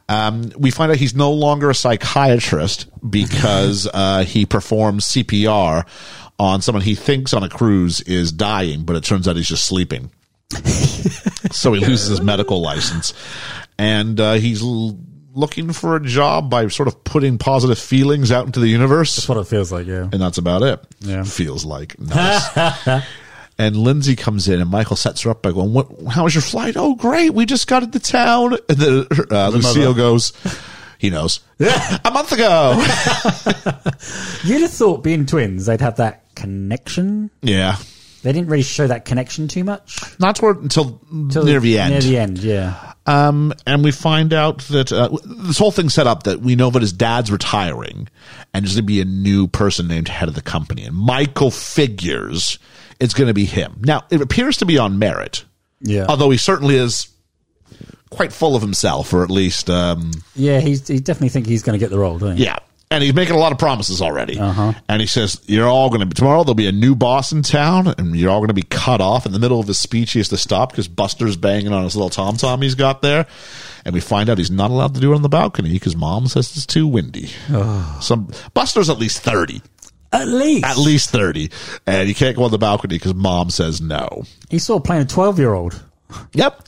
[SPEAKER 1] Um, we find out he's no longer a psychiatrist because uh, he performs CPR on someone he thinks on a cruise is dying, but it turns out he's just sleeping. so he loses his medical license, and uh, he's l- looking for a job by sort of putting positive feelings out into the universe
[SPEAKER 3] That's what it feels like, yeah.
[SPEAKER 1] and that's about it.
[SPEAKER 3] Yeah.
[SPEAKER 1] Feels like nice. and Lindsay comes in, and Michael sets her up by going, "What? How was your flight? Oh, great! We just got into town." And the, uh, Lucille goes, "He knows." a month ago.
[SPEAKER 3] You'd have thought being twins, they'd have that connection.
[SPEAKER 1] yeah,
[SPEAKER 3] They didn't really show that connection too much.
[SPEAKER 1] not toward until
[SPEAKER 3] Till-
[SPEAKER 1] near the end.
[SPEAKER 3] Near the end, yeah.
[SPEAKER 1] Um, and we find out that uh, w- this whole thing's set up that we know that his dad's retiring and there's going to be a new person named head of the company. And Michael figures it's going to be him. Now, it appears to be on merit.
[SPEAKER 3] Yeah.
[SPEAKER 1] although he certainly is quite full of himself, or at least, um,
[SPEAKER 3] yeah, he's, he definitely think he's going to get the role, don't he?
[SPEAKER 1] yeah. And he's making a lot of promises already. And he says, You're all going to be, tomorrow there'll be a new boss in town, and you're all going to be cut off. In the middle of his speech, he has to stop because Buster's banging on his little tom tom he's got there. And we find out he's not allowed to do it on the balcony because mom says it's too windy. Some Buster's at least 30.
[SPEAKER 3] At least.
[SPEAKER 1] At least 30. And you can't go on the balcony because mom says no.
[SPEAKER 3] He's sort of playing a 12 year old,
[SPEAKER 1] Yep.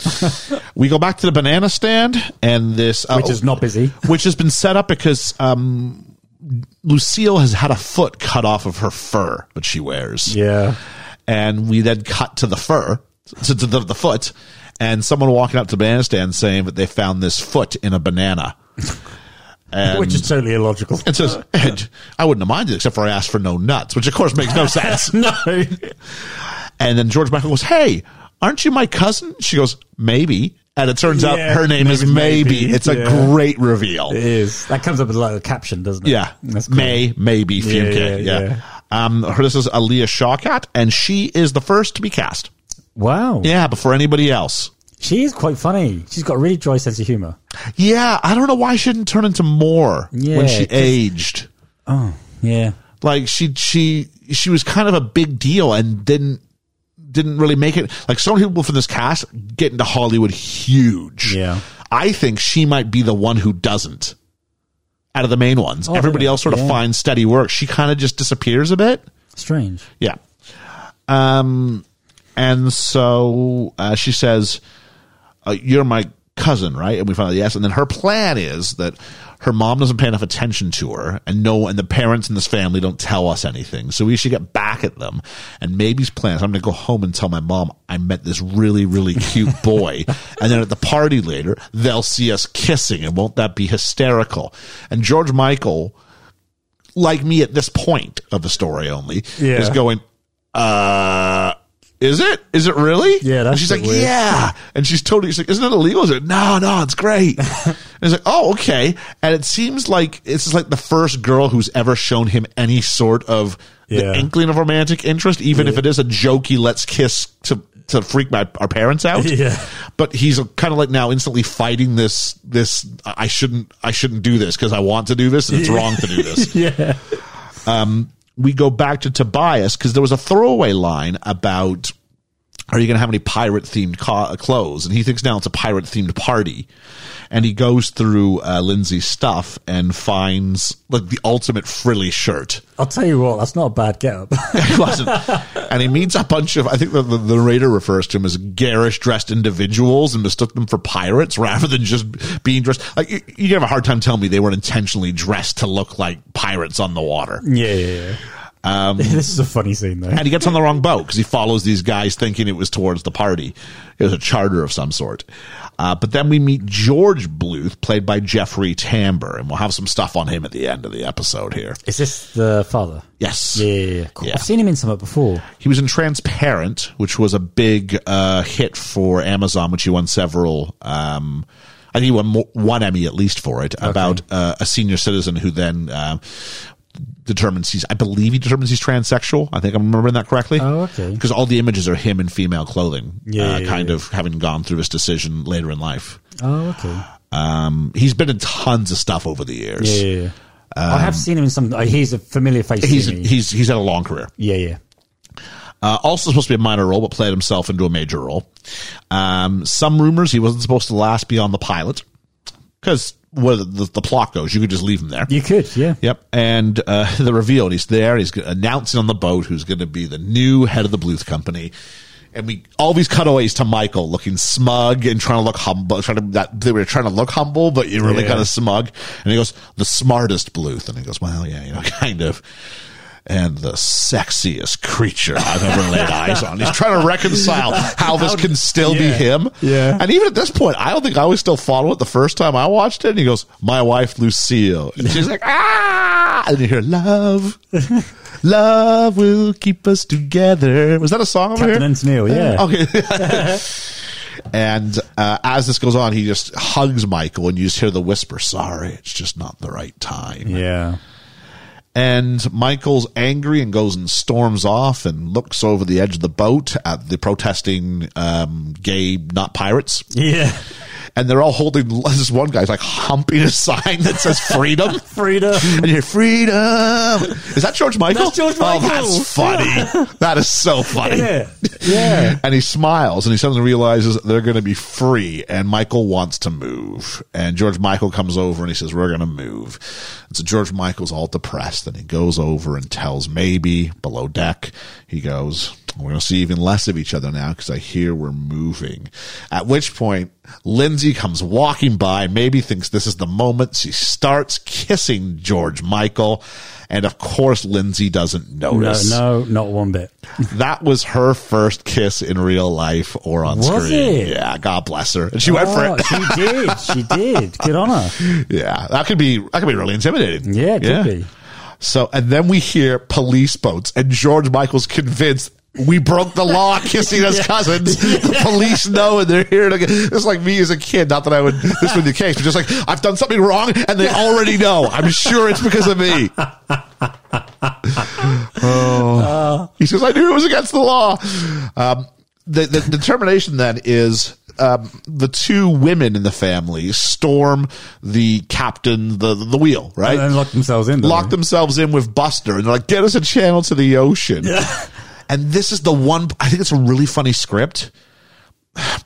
[SPEAKER 1] we go back to the banana stand and this uh,
[SPEAKER 3] which is not busy.
[SPEAKER 1] which has been set up because um Lucille has had a foot cut off of her fur that she wears.
[SPEAKER 3] Yeah.
[SPEAKER 1] And we then cut to the fur, to, to the, the foot, and someone walking up to the banana stand saying that they found this foot in a banana. And
[SPEAKER 3] which is totally illogical.
[SPEAKER 1] it says, Ed, I wouldn't have minded except for I asked for no nuts, which of course makes no sense.
[SPEAKER 3] no.
[SPEAKER 1] And then George Michael goes, Hey, aren't you my cousin? She goes, Maybe. And it turns out
[SPEAKER 3] Yeah,
[SPEAKER 1] her name is Maybe.
[SPEAKER 3] maybe,
[SPEAKER 1] It's a
[SPEAKER 3] yeah.
[SPEAKER 1] great reveal.
[SPEAKER 3] It is. That comes up as like a caption, doesn't it?
[SPEAKER 1] Yeah.
[SPEAKER 3] That's cool.
[SPEAKER 1] May, maybe, Fumke. Yeah.
[SPEAKER 3] yeah, yeah.
[SPEAKER 1] Um, her, this is Aaliyah Shawkat, and she is the first to be cast.
[SPEAKER 3] Wow.
[SPEAKER 1] Yeah, before anybody else.
[SPEAKER 3] She is quite funny. She's got a really dry sense of humor.
[SPEAKER 1] Yeah, I don't know why she didn't turn into more
[SPEAKER 3] Yeah,
[SPEAKER 1] when she
[SPEAKER 3] 'cause-
[SPEAKER 1] aged.
[SPEAKER 3] Oh. Yeah.
[SPEAKER 1] Like she she she was kind of a big deal and didn't didn't really make it. Like so many people from this cast get into Hollywood huge.
[SPEAKER 3] Yeah.
[SPEAKER 1] I think she might be the one who doesn't. Out of the main ones,
[SPEAKER 3] Oh,
[SPEAKER 1] everybody
[SPEAKER 3] really?
[SPEAKER 1] else sort of
[SPEAKER 3] Yeah.
[SPEAKER 1] finds steady work. She kind of just disappears a bit.
[SPEAKER 3] Strange.
[SPEAKER 1] Yeah. Um, and so uh, she says, uh, "You're my cousin, right?" And we find out yes. And then her plan is that her mom doesn't pay enough attention to her, and no, and the parents in this family don't tell us anything. So we should get back at them. And maybe's plan is I'm going to go home and tell my mom I met this really, really cute boy. and then at the party later, they'll see us kissing, and won't that be hysterical? And George Michael, like me at this point of the story only,
[SPEAKER 3] Yeah.
[SPEAKER 1] is going, uh, is it? Is it really?
[SPEAKER 3] Yeah, that's
[SPEAKER 1] And she's
[SPEAKER 3] a
[SPEAKER 1] like,
[SPEAKER 3] bit weird.
[SPEAKER 1] yeah. And she's totally, she's like, isn't it illegal? Is it? No, no, it's great. and it's like, oh, okay. And it seems like it's just like the first girl who's ever shown him any sort of
[SPEAKER 3] Yeah.
[SPEAKER 1] the inkling of romantic interest, even if it is a jokey let's kiss to to freak my our parents out.
[SPEAKER 3] Yeah.
[SPEAKER 1] But he's kind of like now instantly fighting this this I shouldn't I shouldn't do this because I want to do this and it's wrong to do this Um,
[SPEAKER 3] Yeah.
[SPEAKER 1] we go back to Tobias because there was a throwaway line about are you going to have any pirate themed co- clothes? And he thinks now it's a pirate themed party. And he goes through uh, Lindsay's stuff and finds like the ultimate frilly shirt.
[SPEAKER 3] I'll tell you what, that's not a bad getup.
[SPEAKER 1] It wasn't. and he meets a bunch of, I think the, the, the narrator refers to him as garish dressed individuals and mistook them for pirates rather than just being dressed. Like, you, you have a hard time telling me they weren't intentionally dressed to look like pirates on the water.
[SPEAKER 3] yeah, yeah, yeah. this is a funny scene, though.
[SPEAKER 1] and he gets on the wrong boat because he follows these guys thinking it was towards the party. It was a charter of some sort. Uh, but then we meet George Bluth, played by Jeffrey Tambor, and we'll have some stuff on him at the end of the episode here.
[SPEAKER 3] Is this the father?
[SPEAKER 1] Yes.
[SPEAKER 3] Yeah, yeah, yeah. Cool.
[SPEAKER 1] Yeah.
[SPEAKER 3] I've seen him in something before.
[SPEAKER 1] He was in Transparent, which was a big uh, hit for Amazon, which he won several. Um, I think he won mo- one Emmy at least for it about uh, a senior citizen who then um determines he's. I believe he determines he's transsexual. I think I'm remembering that correctly.
[SPEAKER 3] Oh, okay.
[SPEAKER 1] Because all the images are him in female clothing,
[SPEAKER 3] Yeah,
[SPEAKER 1] uh,
[SPEAKER 3] yeah,
[SPEAKER 1] kind of having gone through this decision later in life.
[SPEAKER 3] Oh, okay.
[SPEAKER 1] Um, he's been in tons of stuff over the years.
[SPEAKER 3] Yeah, yeah, yeah. I have seen him in something. Uh, he's a familiar face
[SPEAKER 1] He's
[SPEAKER 3] to me.
[SPEAKER 1] he's he's had a long career.
[SPEAKER 3] yeah, yeah.
[SPEAKER 1] Uh, also supposed to be a minor role, but played himself into a major role. Um, some rumors he wasn't supposed to last beyond the pilot because where the, the, the plot goes, you could just leave him there.
[SPEAKER 3] You could, yeah.
[SPEAKER 1] Yep. And uh, the reveal, and he's there, he's announcing on the boat who's going to be the new head of the Bluth Company. And we all these cutaways to Michael looking smug and trying to look humble, trying to that they were trying to look humble, but you're really
[SPEAKER 3] Yeah.
[SPEAKER 1] kind of smug. And he goes, "The smartest Bluth," and he goes, "Well, yeah, you know, kind of." And the sexiest creature I've ever laid eyes on. He's trying to reconcile how this can still be
[SPEAKER 3] Yeah.
[SPEAKER 1] him.
[SPEAKER 3] Yeah.
[SPEAKER 1] And even at this point, I don't think I was still following it the first time I watched it. And he goes, My wife, Lucille. And she's like, Ah! And you hear, Love, love will keep us together. Was that a song over
[SPEAKER 3] Captain
[SPEAKER 1] here?
[SPEAKER 3] Antonio, yeah.
[SPEAKER 1] Okay. and uh, as this goes on, he just hugs Michael, and you just hear the whisper, Sorry, it's just not the right time.
[SPEAKER 3] Yeah.
[SPEAKER 1] And Michael's angry and goes and storms off and looks over the edge of the boat at the protesting um, gay, not pirates
[SPEAKER 3] Yeah.
[SPEAKER 1] and they're all holding this one guy's like humping a sign that says freedom
[SPEAKER 3] Freedom.
[SPEAKER 1] and you're freedom is that george michael
[SPEAKER 3] That's George
[SPEAKER 1] oh
[SPEAKER 3] Michael.
[SPEAKER 1] that's funny that is so funny
[SPEAKER 3] Yeah. Yeah.
[SPEAKER 1] and he smiles and he suddenly realizes that they're going to be free and michael wants to move and george michael comes over and he says we're going to move and so george michael's all depressed and he goes over and tells maybe below deck he goes we're going to see even less of each other now because i hear we're moving at which point lindsay comes walking by maybe thinks this is the moment she starts kissing george michael and of course lindsay doesn't
[SPEAKER 3] No,
[SPEAKER 1] notice
[SPEAKER 3] no, not one bit.
[SPEAKER 1] that was her first kiss in real life or on
[SPEAKER 3] Was
[SPEAKER 1] screen.
[SPEAKER 3] it?
[SPEAKER 1] Yeah, God bless her. And she went for
[SPEAKER 3] Oh,
[SPEAKER 1] it.
[SPEAKER 3] she did. She did. Good on her.
[SPEAKER 1] Yeah, that could be that could be really intimidating.
[SPEAKER 3] Yeah, it could be.
[SPEAKER 1] So, and then we hear police boats, and George Michael's convinced. We broke the law kissing as cousins. The police know and they're here to get. It's like me as a kid. Not that I would, this would be the case, but just like, I've done something wrong and they already know. I'm sure it's because of me. Oh. He says, I knew it was against the law. Um, the, the determination then is um, the two women in the family storm the captain, the, the wheel, right?
[SPEAKER 3] And then locked themselves in.
[SPEAKER 1] Lock themselves in with Buster and they're like, get us a channel to the ocean. And this is the one, I think it's a really funny script.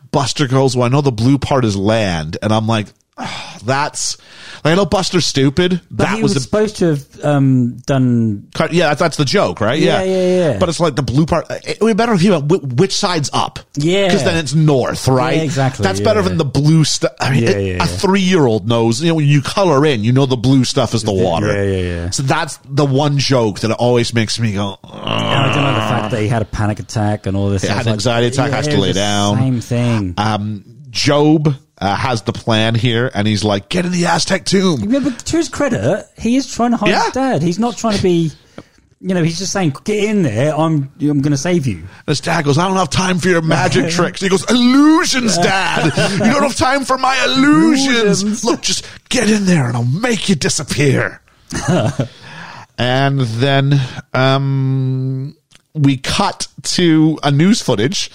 [SPEAKER 1] Buster goes, well, I know the blue part is land. And I'm like, "Ah, That's like I know Buster's stupid.
[SPEAKER 3] But
[SPEAKER 1] that
[SPEAKER 3] he
[SPEAKER 1] was,
[SPEAKER 3] was,
[SPEAKER 1] the
[SPEAKER 3] supposed to have um, done.
[SPEAKER 1] cut. Yeah, that's, that's the joke, right?
[SPEAKER 3] Yeah, yeah, yeah.
[SPEAKER 1] But it's like the blue part. It would be better if he went, "Wh- which side's up.
[SPEAKER 3] Yeah.
[SPEAKER 1] Because then it's north, right?
[SPEAKER 3] Yeah, exactly,
[SPEAKER 1] That's better
[SPEAKER 3] yeah.
[SPEAKER 1] than the blue stuff. I mean,
[SPEAKER 3] Yeah,
[SPEAKER 1] it-
[SPEAKER 3] yeah, yeah.
[SPEAKER 1] a three year old knows, you know, when you color in, you know the blue stuff is the water.
[SPEAKER 3] yeah, yeah, yeah.
[SPEAKER 1] So that's the one joke that always makes me go, "Ugh."
[SPEAKER 3] And I don't like the fact that he had a panic attack and all this.
[SPEAKER 1] Ah. He
[SPEAKER 3] I was
[SPEAKER 1] had an
[SPEAKER 3] like,
[SPEAKER 1] anxiety attack, has
[SPEAKER 3] it
[SPEAKER 1] to
[SPEAKER 3] was
[SPEAKER 1] lay
[SPEAKER 3] the
[SPEAKER 1] down.
[SPEAKER 3] Same thing.
[SPEAKER 1] um, Job uh, has the plan here, and he's like, "Get in the Aztec tomb."
[SPEAKER 3] Yeah, but to his credit, he is trying to hide
[SPEAKER 1] Yeah.
[SPEAKER 3] his dad. He's not trying to be. You know, he's just saying, "Get in there. I'm. I'm going to save you."
[SPEAKER 1] And his dad goes, "I don't have time for your magic tricks." He goes, "Illusions, Dad. You don't have time for my illusions.
[SPEAKER 3] Illusions.
[SPEAKER 1] Look, just get in there, and I'll make you disappear." and then um, we cut to a news footage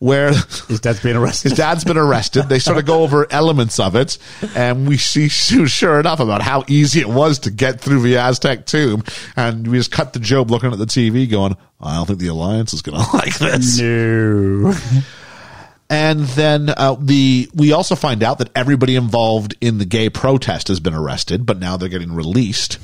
[SPEAKER 1] where
[SPEAKER 3] His dad's been
[SPEAKER 1] his
[SPEAKER 3] arrested.
[SPEAKER 1] dad's been arrested. They sort of go over elements of it, and we see, sure enough, about how easy it was to get through the Aztec tomb. And we just cut to Job looking at the TV, going, "I don't think the alliance is going to like this."
[SPEAKER 3] No.
[SPEAKER 1] And then uh, the we also find out that everybody involved in the gay protest has been arrested, but now they're getting released.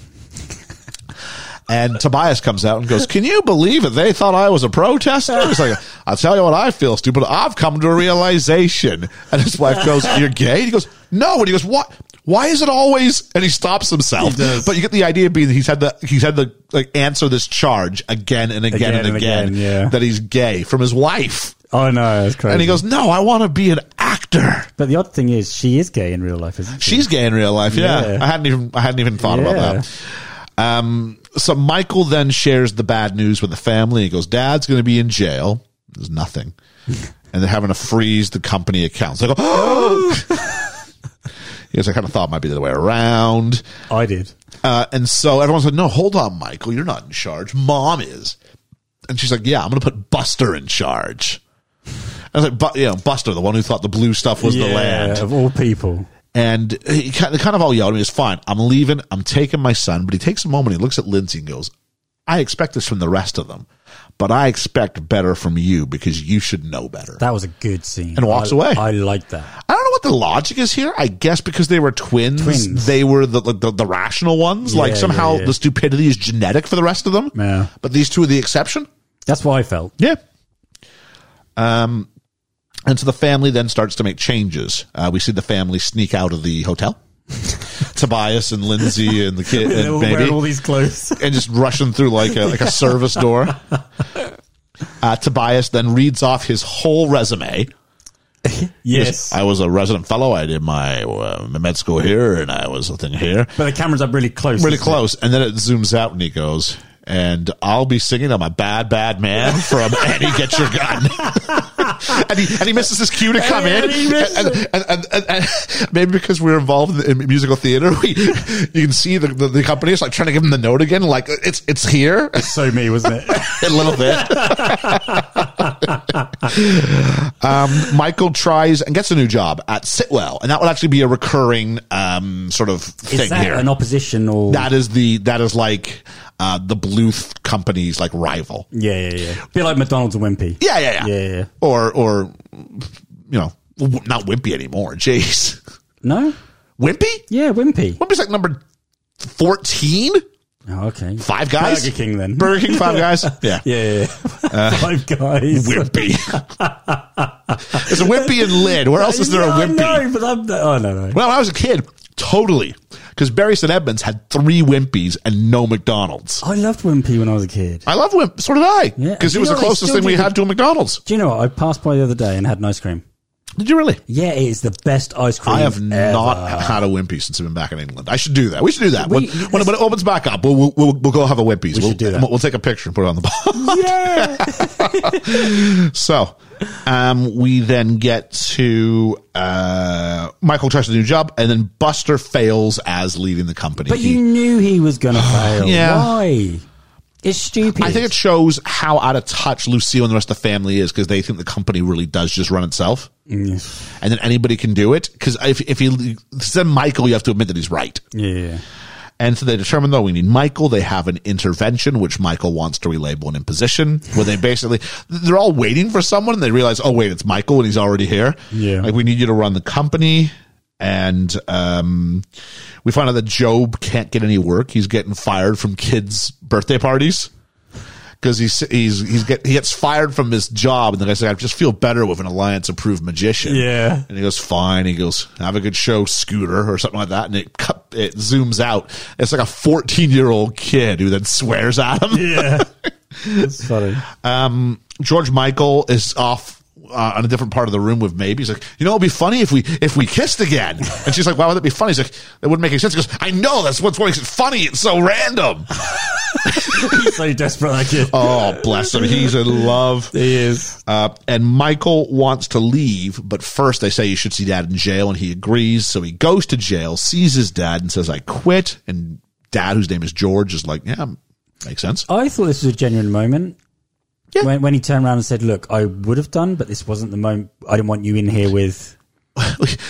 [SPEAKER 1] And Tobias comes out and goes, "Can you believe it? They thought I was a protester." He's like, "I'll tell you what I feel, stupid. I've come to a realization." And his wife goes, "You're gay." He goes, "No." And he goes, "What? Why is it always?" And he stops himself.
[SPEAKER 3] He does.
[SPEAKER 1] But you get the idea being that he's had the he's had the like answer this charge again and again,
[SPEAKER 3] Again
[SPEAKER 1] and,
[SPEAKER 3] and
[SPEAKER 1] again,
[SPEAKER 3] again, yeah.
[SPEAKER 1] that he's gay from his wife.
[SPEAKER 3] Oh no, that's crazy.
[SPEAKER 1] And he goes, "No, I want to be an actor."
[SPEAKER 3] But the odd thing is, she is gay in real life, isn't she?
[SPEAKER 1] She's gay in real life. Yeah,
[SPEAKER 3] Yeah.
[SPEAKER 1] I hadn't even I hadn't even thought
[SPEAKER 3] Yeah.
[SPEAKER 1] about that. Um, so Michael then shares the bad news with the family. He goes, "Dad's going to be in jail. There's nothing." And they're having to freeze the company accounts. They go, oh! Yes, I kind of thought it might be the other way around.
[SPEAKER 3] I did.
[SPEAKER 1] Uh, and so everyone's like, no, hold on, Michael. You're not in charge. Mom is. And she's like, yeah, I'm going to put Buster in charge. I was like, but, you know, Buster, the one who thought the blue stuff was the
[SPEAKER 3] Yeah,
[SPEAKER 1] land
[SPEAKER 3] of all people.
[SPEAKER 1] and he kind of, kind of all yelled at me. It's fine. I'm leaving. I'm taking my son. But he takes a moment. He looks at Lindsay and goes, I expect this from the rest of them, but I expect better from you because you should know better.
[SPEAKER 3] That was a good scene.
[SPEAKER 1] And walks
[SPEAKER 3] I-
[SPEAKER 1] away.
[SPEAKER 3] I like that.
[SPEAKER 1] I don't know what the logic is here. I guess because they were twins,
[SPEAKER 3] Twins.
[SPEAKER 1] they were the, the the rational ones. like
[SPEAKER 3] Yeah,
[SPEAKER 1] somehow
[SPEAKER 3] yeah, yeah.
[SPEAKER 1] the stupidity is genetic for the rest of them.
[SPEAKER 3] Yeah.
[SPEAKER 1] But these two are the exception.
[SPEAKER 3] That's what I felt.
[SPEAKER 1] Yeah. Um, and so the family then starts to make changes. Uh, we see the family sneak out of the hotel. Tobias and Lindsay and the kid
[SPEAKER 3] They were
[SPEAKER 1] and
[SPEAKER 3] wearing all
[SPEAKER 1] baby,
[SPEAKER 3] these clothes.
[SPEAKER 1] and just rushing through like a, like a service door. Uh, Tobias then reads off his whole resume.
[SPEAKER 3] yes.
[SPEAKER 1] I was a resident fellow. I did my uh, med school here, and I was a thing here.
[SPEAKER 3] but the camera's up really close.
[SPEAKER 1] really
[SPEAKER 3] isn't
[SPEAKER 1] close. And then it zooms out and he goes, and I'll be singing I'm a bad, bad man from Annie Get Your Gun. and, he, and he misses his cue to come in.
[SPEAKER 3] And he misses
[SPEAKER 1] And, and, and, and- and maybe because we're involved in, in musical theater, we, you can see the, the, the company is like trying to give him the note again. Like it's, it's here
[SPEAKER 3] it? So me, wasn't
[SPEAKER 1] a
[SPEAKER 3] it?
[SPEAKER 1] little bit. um, Michael tries and gets a new job at Sitwell. And that will actually be a recurring um, sort of thing
[SPEAKER 3] Is that
[SPEAKER 1] here.
[SPEAKER 3] an opposition or?
[SPEAKER 1] That is the that is like uh, the Bluth company's like rival.
[SPEAKER 3] yeah, yeah, yeah. Be like McDonald's and Wimpy.
[SPEAKER 1] Yeah, yeah, yeah.
[SPEAKER 3] Yeah, yeah.
[SPEAKER 1] Or or you know, w- not Wimpy anymore. Jeez,
[SPEAKER 3] No.
[SPEAKER 1] Wimpy.
[SPEAKER 3] Yeah, Wimpy.
[SPEAKER 1] Wimpy's like number fourteen.
[SPEAKER 3] Oh, okay.
[SPEAKER 1] Five guys.
[SPEAKER 3] Burger King then.
[SPEAKER 1] Burger King. Five guys. Yeah.
[SPEAKER 3] Yeah, yeah, yeah. Five guys.
[SPEAKER 1] Wimpy. There's a Wimpy in Lynn. Where else is there a
[SPEAKER 3] No, I
[SPEAKER 1] Wimpy?
[SPEAKER 3] know, but I'm, oh no, no.
[SPEAKER 1] Well, when I was a kid, totally. Because Barry St. Edmunds had three Wimpies and no McDonald's.
[SPEAKER 3] I loved Wimpy when I was a kid.
[SPEAKER 1] I love Wimp. So did I.
[SPEAKER 3] Yeah.
[SPEAKER 1] Because it
[SPEAKER 3] You
[SPEAKER 1] was
[SPEAKER 3] know,
[SPEAKER 1] the
[SPEAKER 3] they
[SPEAKER 1] closest
[SPEAKER 3] still
[SPEAKER 1] thing
[SPEAKER 3] do
[SPEAKER 1] we
[SPEAKER 3] the-
[SPEAKER 1] had to a McDonald's.
[SPEAKER 3] Do you know what? I passed by the other day and had an ice cream.
[SPEAKER 1] Did you really?
[SPEAKER 3] Yeah, it is the best ice cream.
[SPEAKER 1] I have
[SPEAKER 3] ever.
[SPEAKER 1] not had a Wimpy since I've been back in England. I should do that. We should do that.
[SPEAKER 3] We-
[SPEAKER 1] when, when, when it opens back up, we'll, we'll, we'll, we'll go have a Wimpy's. We will
[SPEAKER 3] should do that.
[SPEAKER 1] We'll take a picture and put it on the box.
[SPEAKER 3] Yeah.
[SPEAKER 1] so um, we then get to uh, Michael tries a new job, and then Buster fails as leading the company.
[SPEAKER 3] But
[SPEAKER 1] He-
[SPEAKER 3] you knew he was going to fail.
[SPEAKER 1] Yeah.
[SPEAKER 3] Why? It's stupid.
[SPEAKER 1] I think it shows how out of touch Lucille and the rest of the family is because they think the company really does just run itself.
[SPEAKER 3] Mm.
[SPEAKER 1] And then anybody can do it. Because if, if you send Michael, you have to admit that he's right.
[SPEAKER 3] yeah.
[SPEAKER 1] And so they determine, though, we need Michael. They have an intervention, which Michael wants to relabel an imposition, where they basically, they're all waiting for someone and they realize, oh, wait, it's Michael and he's already here.
[SPEAKER 3] Yeah.
[SPEAKER 1] Like, we need you to run the company. and um, we find out that Job can't get any work. He's getting fired from kids' birthday parties because he's he's he's get he gets fired from his job, and the guy says, "I just feel better with an alliance-approved magician."
[SPEAKER 3] Yeah.
[SPEAKER 1] and he goes, "Fine." He goes, "Have a good show, Scooter," or something like that, and it cut, it zooms out. It's like a fourteen-year-old kid who then swears at him.
[SPEAKER 3] Yeah. That's funny.
[SPEAKER 1] Um, George Michael is off uh, on a different part of the room with maybe. He's like, you know, it'd be funny if we if we kissed again. And she's like, why would that be funny? He's like, that wouldn't make any sense. He goes, I know that's what's what makes it funny. It's so random.
[SPEAKER 3] He's so desperate, that kid.
[SPEAKER 1] Oh, bless him. He's in love.
[SPEAKER 3] He is.
[SPEAKER 1] Uh, and Michael wants to leave, but first they say you should see dad in jail, and he agrees. So he goes to jail, sees his dad, and says, I quit. And dad, whose name is George, is like, yeah, makes sense.
[SPEAKER 3] I thought this was a genuine moment.
[SPEAKER 1] Yeah.
[SPEAKER 3] When, when he turned around and said, Look, I would have done, but this wasn't the moment. I didn't want you in here with.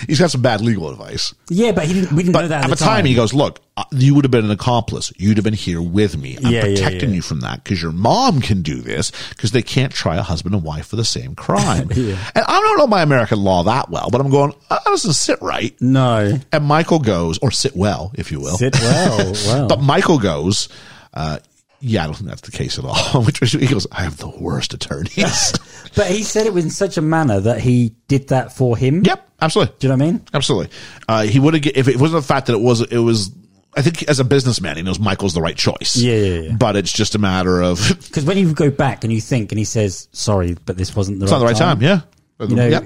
[SPEAKER 1] He's got some bad legal advice.
[SPEAKER 3] Yeah, but he didn't, we didn't know
[SPEAKER 1] But
[SPEAKER 3] that
[SPEAKER 1] at,
[SPEAKER 3] at,
[SPEAKER 1] the time, he goes, "Look, uh, you would have been an accomplice. You'd have been here with me. I'm
[SPEAKER 3] Yeah, yeah,
[SPEAKER 1] protecting
[SPEAKER 3] yeah.
[SPEAKER 1] you from that because your mom can do this because they can't try a husband and wife for the same crime." And I don't know my American law that well, but I'm going, "Uh, "That doesn't sit right."
[SPEAKER 3] No.
[SPEAKER 1] And Michael goes, or sit well, if you will.
[SPEAKER 3] Sit well. Wow.
[SPEAKER 1] But Michael goes, uh, "Yeah, I don't think that's the case at all." Which is- he goes, "I have the worst attorneys."
[SPEAKER 3] But he said it was in such a manner that he did that for him.
[SPEAKER 1] yep, absolutely.
[SPEAKER 3] Do you know what I mean?
[SPEAKER 1] Absolutely. Uh, he would have, get- if it wasn't the fact that it was, it was, I think as a businessman, he knows Michael's the right choice.
[SPEAKER 3] Yeah, yeah, yeah.
[SPEAKER 1] But it's just a matter of, it's
[SPEAKER 3] Because when you go back and you think, and he says, "Sorry, but this wasn't the, right,
[SPEAKER 1] not the right time. Yeah.
[SPEAKER 3] You know,
[SPEAKER 1] yep.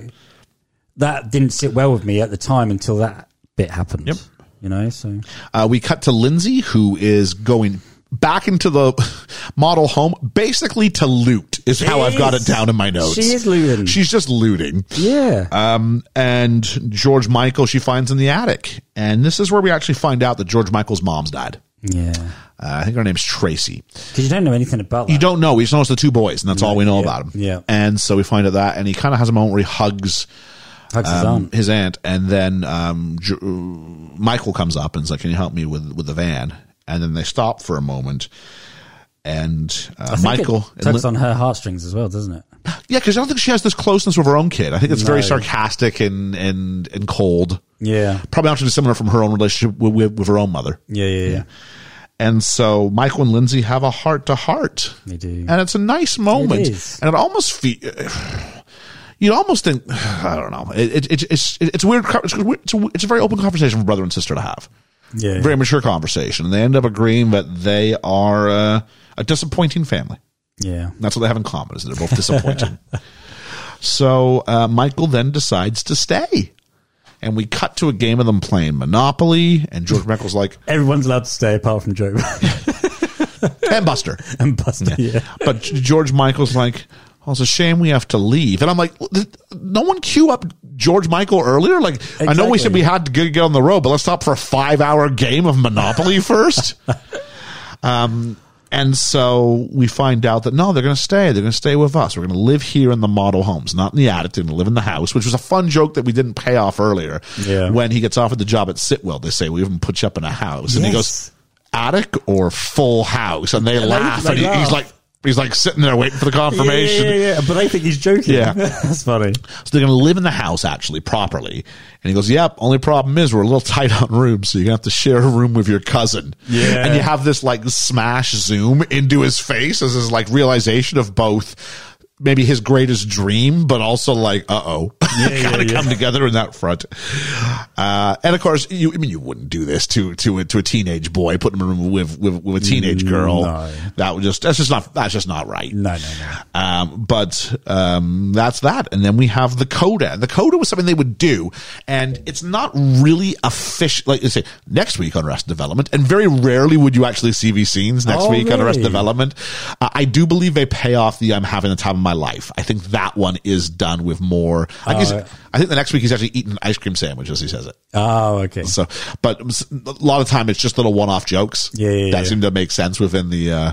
[SPEAKER 3] that didn't sit well with me at the time until that bit happened.
[SPEAKER 1] Yep.
[SPEAKER 3] You know, so
[SPEAKER 1] Uh, we cut to Lindsay, who is going back into the model home, basically to loot, is how I've got it
[SPEAKER 3] is.
[SPEAKER 1] down in my notes.
[SPEAKER 3] She is looting.
[SPEAKER 1] She's just looting.
[SPEAKER 3] yeah,
[SPEAKER 1] Um, and George Michael, she finds in the attic. And this is where we actually find out that George Michael's mom's died.
[SPEAKER 3] yeah.
[SPEAKER 1] Uh, I think her name's Tracy.
[SPEAKER 3] Because you don't know anything about that.
[SPEAKER 1] You don't know. We just know it's the two boys, and that's all we know
[SPEAKER 3] yeah,
[SPEAKER 1] about him.
[SPEAKER 3] yeah.
[SPEAKER 1] And so we find out that, and he kind of has a moment where he hugs
[SPEAKER 3] Hugs his
[SPEAKER 1] um,
[SPEAKER 3] aunt.
[SPEAKER 1] his aunt, and then um, J- uh, Michael comes up and is like, "Can you help me with with the van?" And then they stop for a moment, and
[SPEAKER 3] I
[SPEAKER 1] uh,
[SPEAKER 3] think
[SPEAKER 1] Michael,
[SPEAKER 3] it tugs on her heartstrings as well, doesn't it?
[SPEAKER 1] yeah, because I don't think she has this closeness with her own kid. I think it's very
[SPEAKER 3] No.
[SPEAKER 1] sarcastic and and and cold.
[SPEAKER 3] Yeah,
[SPEAKER 1] Probably not too dissimilar from her own relationship with, with, with her own mother.
[SPEAKER 3] yeah, yeah, yeah.
[SPEAKER 1] And so Michael and Lindsay have a heart to heart.
[SPEAKER 3] They do.
[SPEAKER 1] And it's a nice moment.
[SPEAKER 3] is.
[SPEAKER 1] and it almost feels. You'd almost think, I don't know. It, it, it, it's it's a weird. co- It's, a weird- it's, a, it's a very open conversation for brother and sister to have.
[SPEAKER 3] yeah.
[SPEAKER 1] Very mature conversation. And they end up agreeing that they are uh, a disappointing family.
[SPEAKER 3] yeah.
[SPEAKER 1] That's what they have in common. Is they're both disappointing. so uh, Michael then decides to stay, and we cut to a game of them playing Monopoly. And George Michael's like,
[SPEAKER 3] Everyone's allowed to stay apart from Joe
[SPEAKER 1] "And Buster."
[SPEAKER 3] and Buster. Yeah.
[SPEAKER 1] But George Michael's like, oh, it's a shame we have to leave. And I'm like, th- no one queue up George Michael earlier. Like, I know we
[SPEAKER 3] Exactly.
[SPEAKER 1] said we had to get, get on the road, but let's stop for a five hour game of Monopoly first. um, and so we find out that no, they're going to stay. They're going to stay with us. We're going to live here in the model homes, not in the attic. They're going to live in the house, which was a fun joke that we didn't pay off earlier.
[SPEAKER 3] Yeah.
[SPEAKER 1] When he gets offered the job at Sitwell, they say, we haven't put you up in a house. And he
[SPEAKER 3] Yes.
[SPEAKER 1] goes, attic or full house? And they laugh.
[SPEAKER 3] they
[SPEAKER 1] and he- he's
[SPEAKER 3] laugh.
[SPEAKER 1] like, He's like sitting there waiting for the confirmation.
[SPEAKER 3] Yeah, yeah, yeah, but I think he's joking.
[SPEAKER 1] Yeah.
[SPEAKER 3] that's funny.
[SPEAKER 1] So they're going to live in the house actually properly. And he goes, "Yep. Only problem is we're a little tight on rooms, so you're going to have to share a room with your cousin."
[SPEAKER 3] Yeah.
[SPEAKER 1] And you have this like smash zoom into his face as his like realization of both maybe his greatest dream, but also like, "Uh oh,
[SPEAKER 3] Yeah,
[SPEAKER 1] got to
[SPEAKER 3] yeah, yeah.
[SPEAKER 1] come together in that front." Uh, and of course, you I mean you wouldn't do this to to a, to a teenage boy, put him in a room with with, with a teenage girl.
[SPEAKER 3] Mm, No.
[SPEAKER 1] That would just that's just not that's just not right.
[SPEAKER 3] No, no, no.
[SPEAKER 1] Um, but um, that's that. And then we have the coda. The coda was something they would do, and it's not really official. Like you say, next week on Arrested Development, and very rarely would you actually see these scenes next
[SPEAKER 3] Oh,
[SPEAKER 1] week on Arrested
[SPEAKER 3] really?
[SPEAKER 1] Development. Uh, I do believe they pay off the "I'm having the time of my life." I think that one is done with more. I, guess,
[SPEAKER 3] right.
[SPEAKER 1] I think the next week he's actually eating an ice cream sandwich as he says it.
[SPEAKER 3] Oh, okay.
[SPEAKER 1] So, but a lot of time it's just little one-off jokes.
[SPEAKER 3] Yeah, yeah,
[SPEAKER 1] that
[SPEAKER 3] yeah.
[SPEAKER 1] seem to make sense within the uh,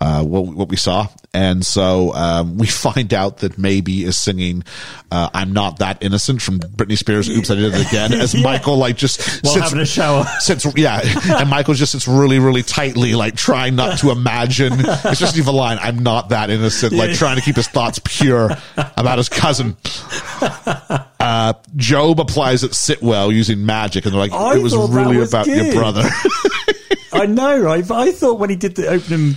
[SPEAKER 1] uh, what, what we saw. And so um, we find out that Maybe is singing uh, I'm Not That Innocent from Britney Spears, Oops, I Did It Again, as Michael, like, just
[SPEAKER 3] While having a shower.
[SPEAKER 1] sits yeah and michael just sits really really tightly like trying not to imagine especially the line i'm not that innocent like trying to keep his thoughts pure about his cousin uh job applies at sitwell using magic and they're like
[SPEAKER 3] I
[SPEAKER 1] it was
[SPEAKER 3] thought that
[SPEAKER 1] really
[SPEAKER 3] was
[SPEAKER 1] about your
[SPEAKER 3] good.
[SPEAKER 1] brother
[SPEAKER 3] I know, right? But I thought when he did the opening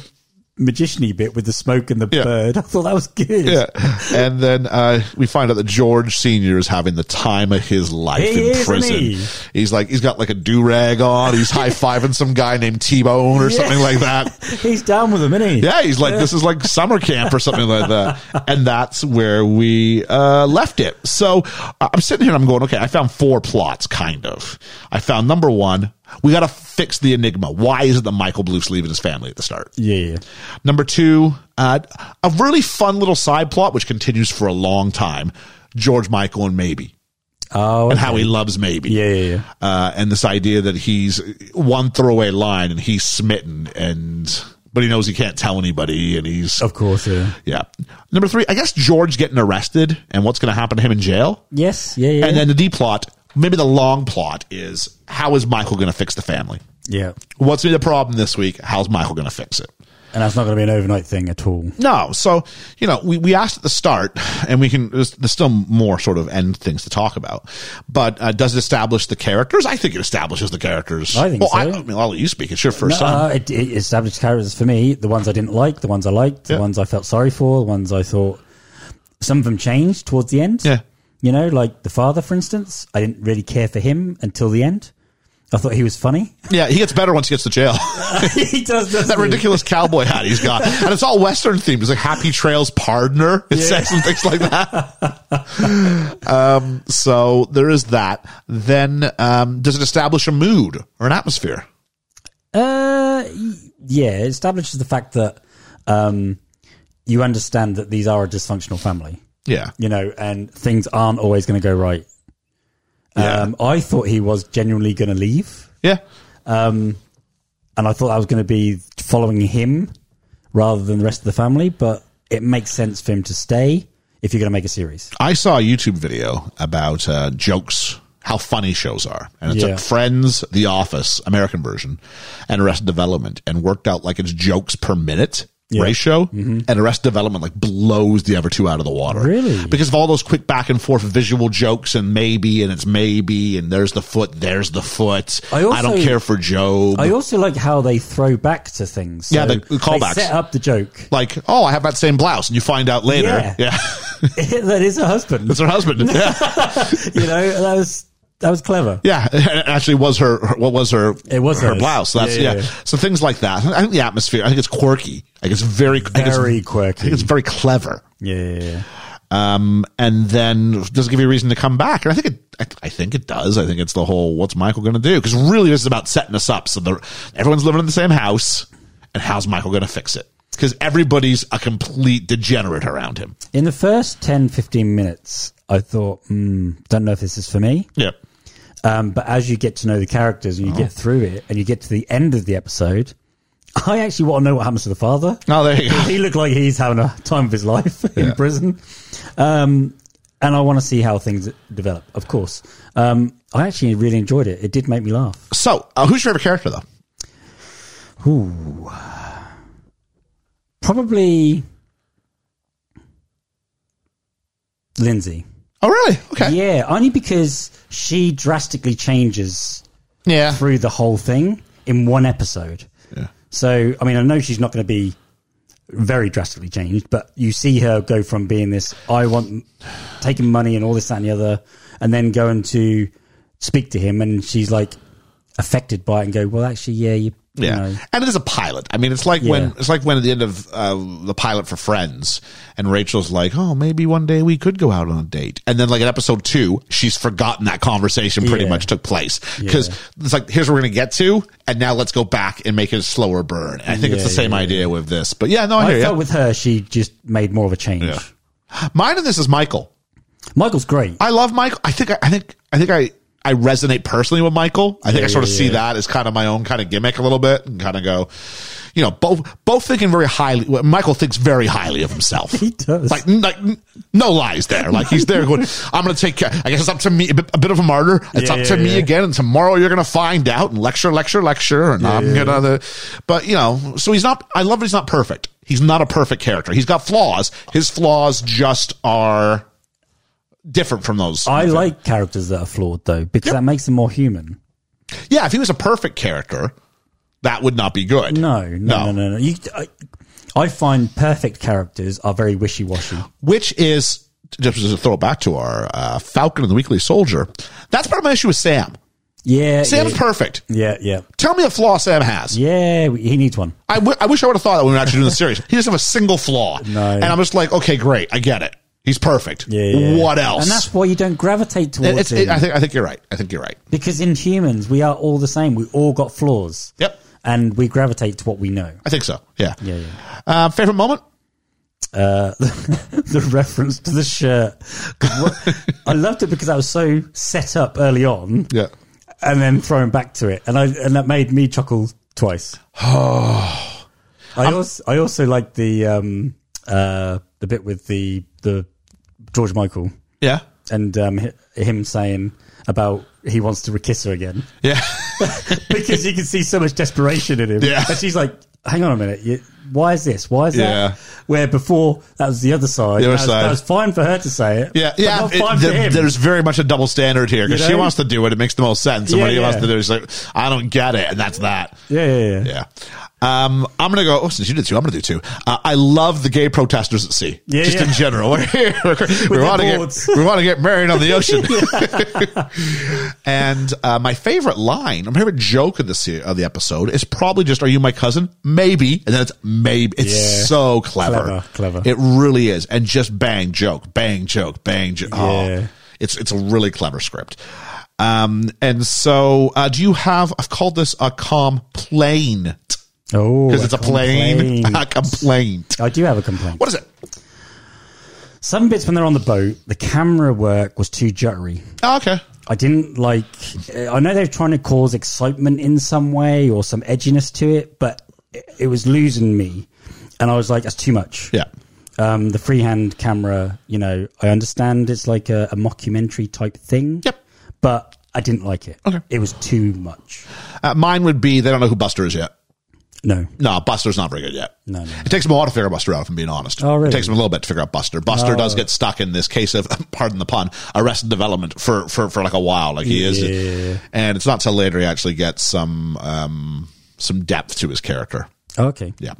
[SPEAKER 3] magiciany bit with the smoke and the
[SPEAKER 1] Yeah.
[SPEAKER 3] bird, I thought that was good.
[SPEAKER 1] yeah and then uh we find out that george senior is having the time of his life
[SPEAKER 3] He
[SPEAKER 1] in
[SPEAKER 3] is, isn't
[SPEAKER 1] prison
[SPEAKER 3] he?
[SPEAKER 1] he's like he's got like a do-rag on he's high-fiving some guy named t-bone or
[SPEAKER 3] Yeah.
[SPEAKER 1] something like that
[SPEAKER 3] He's down with him, isn't he?
[SPEAKER 1] Yeah, he's like, this is like summer camp or something like that. And that's where we uh, left it. So uh, I'm sitting here and I'm going, okay, I found four plots, kind of. I found number one, we got to fix the enigma. Why is it that Michael Bluth's leaving his family at the start?
[SPEAKER 3] Yeah, yeah.
[SPEAKER 1] Number two, uh, a really fun little side plot, which continues for a long time George Michael and maybe.
[SPEAKER 3] Oh,
[SPEAKER 1] And how he loves maybe
[SPEAKER 3] yeah, yeah, yeah.
[SPEAKER 1] uh, and this idea that he's one throwaway line and he's smitten and but he knows he can't tell anybody and he's
[SPEAKER 3] Of course, yeah.
[SPEAKER 1] yeah number three i guess george getting arrested and what's going to happen to him in jail
[SPEAKER 3] Yes, yeah, yeah.
[SPEAKER 1] and then the d plot maybe the long plot is how is michael going to fix the family
[SPEAKER 3] yeah.
[SPEAKER 1] what's the problem this week how's michael going to fix it
[SPEAKER 3] And that's not going to be an overnight thing at all.
[SPEAKER 1] no so you know we, we asked at the start and we can there's, there's still more sort of end things to talk about but uh, does it establish the characters i think it establishes the characters
[SPEAKER 3] I think
[SPEAKER 1] well, I,
[SPEAKER 3] so.
[SPEAKER 1] I mean, i'll let you speak it's your first time
[SPEAKER 3] Uh, it, it established characters for me. The ones I didn't like, the ones I liked,
[SPEAKER 1] Yeah.
[SPEAKER 3] the ones I felt sorry for, the ones I thought. Some of them changed towards the end.
[SPEAKER 1] Yeah.
[SPEAKER 3] You know, like the father, for instance. I didn't really care for him until the end. I thought he was funny.
[SPEAKER 1] Yeah, he gets better once he gets to jail.
[SPEAKER 3] he does doesn't
[SPEAKER 1] that
[SPEAKER 3] he?
[SPEAKER 1] ridiculous cowboy hat he's got. And it's all Western themed. It's like Happy Trails Pardoner. It says and things like that. um, so there is that. Then um, does it establish a mood or an atmosphere?
[SPEAKER 3] Uh, y- yeah, it establishes the fact that um, you understand that these are a dysfunctional family,
[SPEAKER 1] Yeah.
[SPEAKER 3] you know, and things aren't always going to go right.
[SPEAKER 1] Yeah.
[SPEAKER 3] Um, I thought he was genuinely going to leave,
[SPEAKER 1] Yeah.
[SPEAKER 3] and I thought I was going to be following him rather than the rest of the family, but it makes sense for him to stay if you're going to make a series.
[SPEAKER 1] I saw a YouTube video about uh, jokes, how funny shows are. And it
[SPEAKER 3] Yeah.
[SPEAKER 1] took Friends, The Office, American version, and Arrested Development and worked out like its jokes per minute. Ratio
[SPEAKER 3] Mm-hmm.
[SPEAKER 1] and Arrested Development like blows the other two out of the water.
[SPEAKER 3] Really?
[SPEAKER 1] Because of all those quick back and forth visual jokes and maybe and it's maybe and there's the foot, there's the foot. I,
[SPEAKER 3] I also-
[SPEAKER 1] don't care for Job.
[SPEAKER 3] I also like how they throw back to things.
[SPEAKER 1] Yeah,
[SPEAKER 3] So
[SPEAKER 1] the- the callbacks.
[SPEAKER 3] They set up the joke
[SPEAKER 1] like, oh, I have that same blouse, and you find out later.
[SPEAKER 3] Yeah.
[SPEAKER 1] yeah.
[SPEAKER 3] that is a husband.
[SPEAKER 1] it's her husband. Yeah.
[SPEAKER 3] You know, that was that was clever.
[SPEAKER 1] Yeah, it actually was her. her- What was her?
[SPEAKER 3] It was
[SPEAKER 1] her
[SPEAKER 3] hers.
[SPEAKER 1] blouse. That's yeah,
[SPEAKER 3] Yeah, yeah, yeah.
[SPEAKER 1] So things like that. I think the atmosphere. I think it's quirky. I think it's very, I think it's-
[SPEAKER 3] Very
[SPEAKER 1] I think
[SPEAKER 3] quirky.
[SPEAKER 1] it's very clever.
[SPEAKER 3] Yeah, yeah, yeah.
[SPEAKER 1] Um, and then does it give you a reason to come back? And I think it. I, I think it does. I think it's the whole what's Michael going to do? Because really, this is about setting us up. So the, everyone's living in the same house, and how's Michael going to fix it? Because everybody's a complete degenerate around him.
[SPEAKER 3] In the first 10, 15 minutes, I thought, hmm, don't know if this is for me.
[SPEAKER 1] Yeah.
[SPEAKER 3] Um, but as you get to know the characters and you get through it and you get to the end of the episode, I actually want to know what happens to the father.
[SPEAKER 1] Oh, there you go.
[SPEAKER 3] he looked like he's having a time of his life in prison. Um, and I want to see how things develop, of course. Um, I actually really enjoyed it. It did make me laugh.
[SPEAKER 1] So, uh, who's your favorite character though?
[SPEAKER 3] Probably Lindsay.
[SPEAKER 1] Oh, really? Okay.
[SPEAKER 3] Yeah, only because she drastically changes
[SPEAKER 1] yeah.
[SPEAKER 3] through the whole thing in one episode.
[SPEAKER 1] Yeah.
[SPEAKER 3] So, I mean, I know she's not going to be very drastically changed, but you see her go from being this, I want taking money and all this, that, and the other, and then going to speak to him, and she's like affected by it and go, well, actually, yeah, you,
[SPEAKER 1] Yeah,
[SPEAKER 3] you know.
[SPEAKER 1] and it is a pilot. I mean, it's like when
[SPEAKER 3] Yeah.
[SPEAKER 1] it's like when at the end of uh, the pilot for Friends, and Rachel's like, "Oh, maybe one day we could go out on a date," and then like at episode two, she's forgotten that conversation pretty
[SPEAKER 3] Yeah.
[SPEAKER 1] much took place because
[SPEAKER 3] Yeah.
[SPEAKER 1] it's like, "Here's where we're gonna get to," and now let's go back and make it a slower burn. And I think it's
[SPEAKER 3] Yeah,
[SPEAKER 1] the same
[SPEAKER 3] yeah,
[SPEAKER 1] idea with this, but yeah, no, I,
[SPEAKER 3] I
[SPEAKER 1] hear
[SPEAKER 3] felt
[SPEAKER 1] you.
[SPEAKER 3] with her, she just made more of a change.
[SPEAKER 1] Yeah. Mine in this is Michael.
[SPEAKER 3] Michael's great.
[SPEAKER 1] I love Michael. I think I think I think I I resonate personally with Michael. I think I
[SPEAKER 3] Yeah,
[SPEAKER 1] sort of
[SPEAKER 3] yeah,
[SPEAKER 1] see
[SPEAKER 3] yeah.
[SPEAKER 1] that as kind of my own kind of gimmick a little bit and kind of go, you know, both both thinking very highly. well, Michael thinks very highly of himself.
[SPEAKER 3] He does.
[SPEAKER 1] Like, n- like n- no lies there. Like he's there going, I'm going to take care. I guess it's up to me. A bit, a bit of a martyr. It's
[SPEAKER 3] Yeah,
[SPEAKER 1] up
[SPEAKER 3] yeah,
[SPEAKER 1] to me
[SPEAKER 3] yeah.
[SPEAKER 1] again. And tomorrow you're going to find out and lecture, lecture, lecture. And I'm going to, but you know, so he's not, I love that he's not perfect. He's not a perfect character. He's got flaws. His flaws just are different from those.
[SPEAKER 3] I like characters that are flawed though, because that makes them more human.
[SPEAKER 1] Yeah, if he was a perfect character, that would not be good.
[SPEAKER 3] No, no, no, no, no. You, I, I find perfect characters are very wishy washy.
[SPEAKER 1] Which is just to throw it back to our uh, Falcon and the Weekly Soldier. That's part of my issue with Sam.
[SPEAKER 3] Yeah,
[SPEAKER 1] Sam's
[SPEAKER 3] yeah,
[SPEAKER 1] perfect.
[SPEAKER 3] yeah, yeah,
[SPEAKER 1] Tell me a flaw Sam has.
[SPEAKER 3] yeah. we- He needs one.
[SPEAKER 1] I, w- I wish I would have thought that when we were actually doing the series. He doesn't have a single flaw.
[SPEAKER 3] No.
[SPEAKER 1] And I'm just like, okay, great. I get it. He's perfect.
[SPEAKER 3] Yeah, yeah.
[SPEAKER 1] What else?
[SPEAKER 3] And that's why you don't gravitate
[SPEAKER 1] It- it's-
[SPEAKER 3] towards him.
[SPEAKER 1] it- I, think, I think you're right. I think you're right.
[SPEAKER 3] because in humans, we are all the same. We all got flaws.
[SPEAKER 1] Yep.
[SPEAKER 3] And we gravitate to what we know.
[SPEAKER 1] I think so. Yeah.
[SPEAKER 3] Yeah, yeah.
[SPEAKER 1] Uh, favorite moment?
[SPEAKER 3] Uh, the reference to the shirt. 'Cause what- I loved it because I was so set up early on
[SPEAKER 1] Yeah.
[SPEAKER 3] and then thrown back to it. And I and that made me chuckle twice. I also I also like the um uh the bit with the the George Michael
[SPEAKER 1] Yeah.
[SPEAKER 3] and um hi- him saying about he wants to kiss her again
[SPEAKER 1] Yeah.
[SPEAKER 3] because you can see so much desperation in him.
[SPEAKER 1] Yeah.
[SPEAKER 3] And she's like, "Hang on a minute, you, why is this? Why is
[SPEAKER 1] Yeah.
[SPEAKER 3] that?" Where before that was the other side.
[SPEAKER 1] The other
[SPEAKER 3] that, was,
[SPEAKER 1] side.
[SPEAKER 3] that was fine for her to say it.
[SPEAKER 1] Yeah,
[SPEAKER 3] but
[SPEAKER 1] yeah.
[SPEAKER 3] not
[SPEAKER 1] it-
[SPEAKER 3] fine
[SPEAKER 1] th-
[SPEAKER 3] for him.
[SPEAKER 1] there's very much a double standard here because
[SPEAKER 3] You
[SPEAKER 1] she
[SPEAKER 3] know?
[SPEAKER 1] wants to do it; it makes the most sense. And
[SPEAKER 3] Yeah,
[SPEAKER 1] what he wants
[SPEAKER 3] yeah.
[SPEAKER 1] to do is like, I don't get it, and that's that.
[SPEAKER 3] yeah, yeah, yeah.
[SPEAKER 1] Yeah. Um, I'm gonna go. Oh, since you did two, I'm gonna do two. Uh, I love the gay protesters at sea.
[SPEAKER 3] Yeah,
[SPEAKER 1] just
[SPEAKER 3] yeah.
[SPEAKER 1] in general. We're here. we
[SPEAKER 3] their
[SPEAKER 1] want to
[SPEAKER 3] boards.
[SPEAKER 1] get we want to get married on the ocean. and uh, my favorite line, my favorite joke of the se- of the episode is probably just "Are you my cousin?" Maybe, and then it's maybe. It's
[SPEAKER 3] Yeah.
[SPEAKER 1] so clever.
[SPEAKER 3] Clever, clever.
[SPEAKER 1] It really is, and just bang joke, bang joke, bang joke.
[SPEAKER 3] Yeah.
[SPEAKER 1] Oh, it's it's a really clever script. Um, and so, uh, do you have? I've called this a complaint
[SPEAKER 3] Oh,
[SPEAKER 1] because it's a plane. A complaint.
[SPEAKER 3] I do have a complaint.
[SPEAKER 1] What is it?
[SPEAKER 3] Some bits when they're on the boat, the camera work was too jittery.
[SPEAKER 1] Oh, okay.
[SPEAKER 3] I didn't like. uh, I know they're trying to cause excitement in some way or some edginess to it, but it, it was losing me, and I was like, "That's too much."
[SPEAKER 1] Yeah.
[SPEAKER 3] um, the freehand camera, you know, I understand it's like a, a mockumentary type thing.
[SPEAKER 1] Yep.
[SPEAKER 3] But I didn't like it.
[SPEAKER 1] Okay.
[SPEAKER 3] It was too much.
[SPEAKER 1] Uh, mine would be they don't know who Buster is yet.
[SPEAKER 3] No.
[SPEAKER 1] No, Buster's not very good yet.
[SPEAKER 3] No, no.
[SPEAKER 1] It takes him a while to figure Buster out, if I'm being honest.
[SPEAKER 3] Oh, really? Oh.
[SPEAKER 1] It takes him a little bit to figure out Buster. Buster does get stuck in this case of, pardon the pun, arrested development for, for, for like a while. Like he is. And it's not till later he actually gets some, um, some depth to his character.
[SPEAKER 3] Okay.
[SPEAKER 1] Yeah.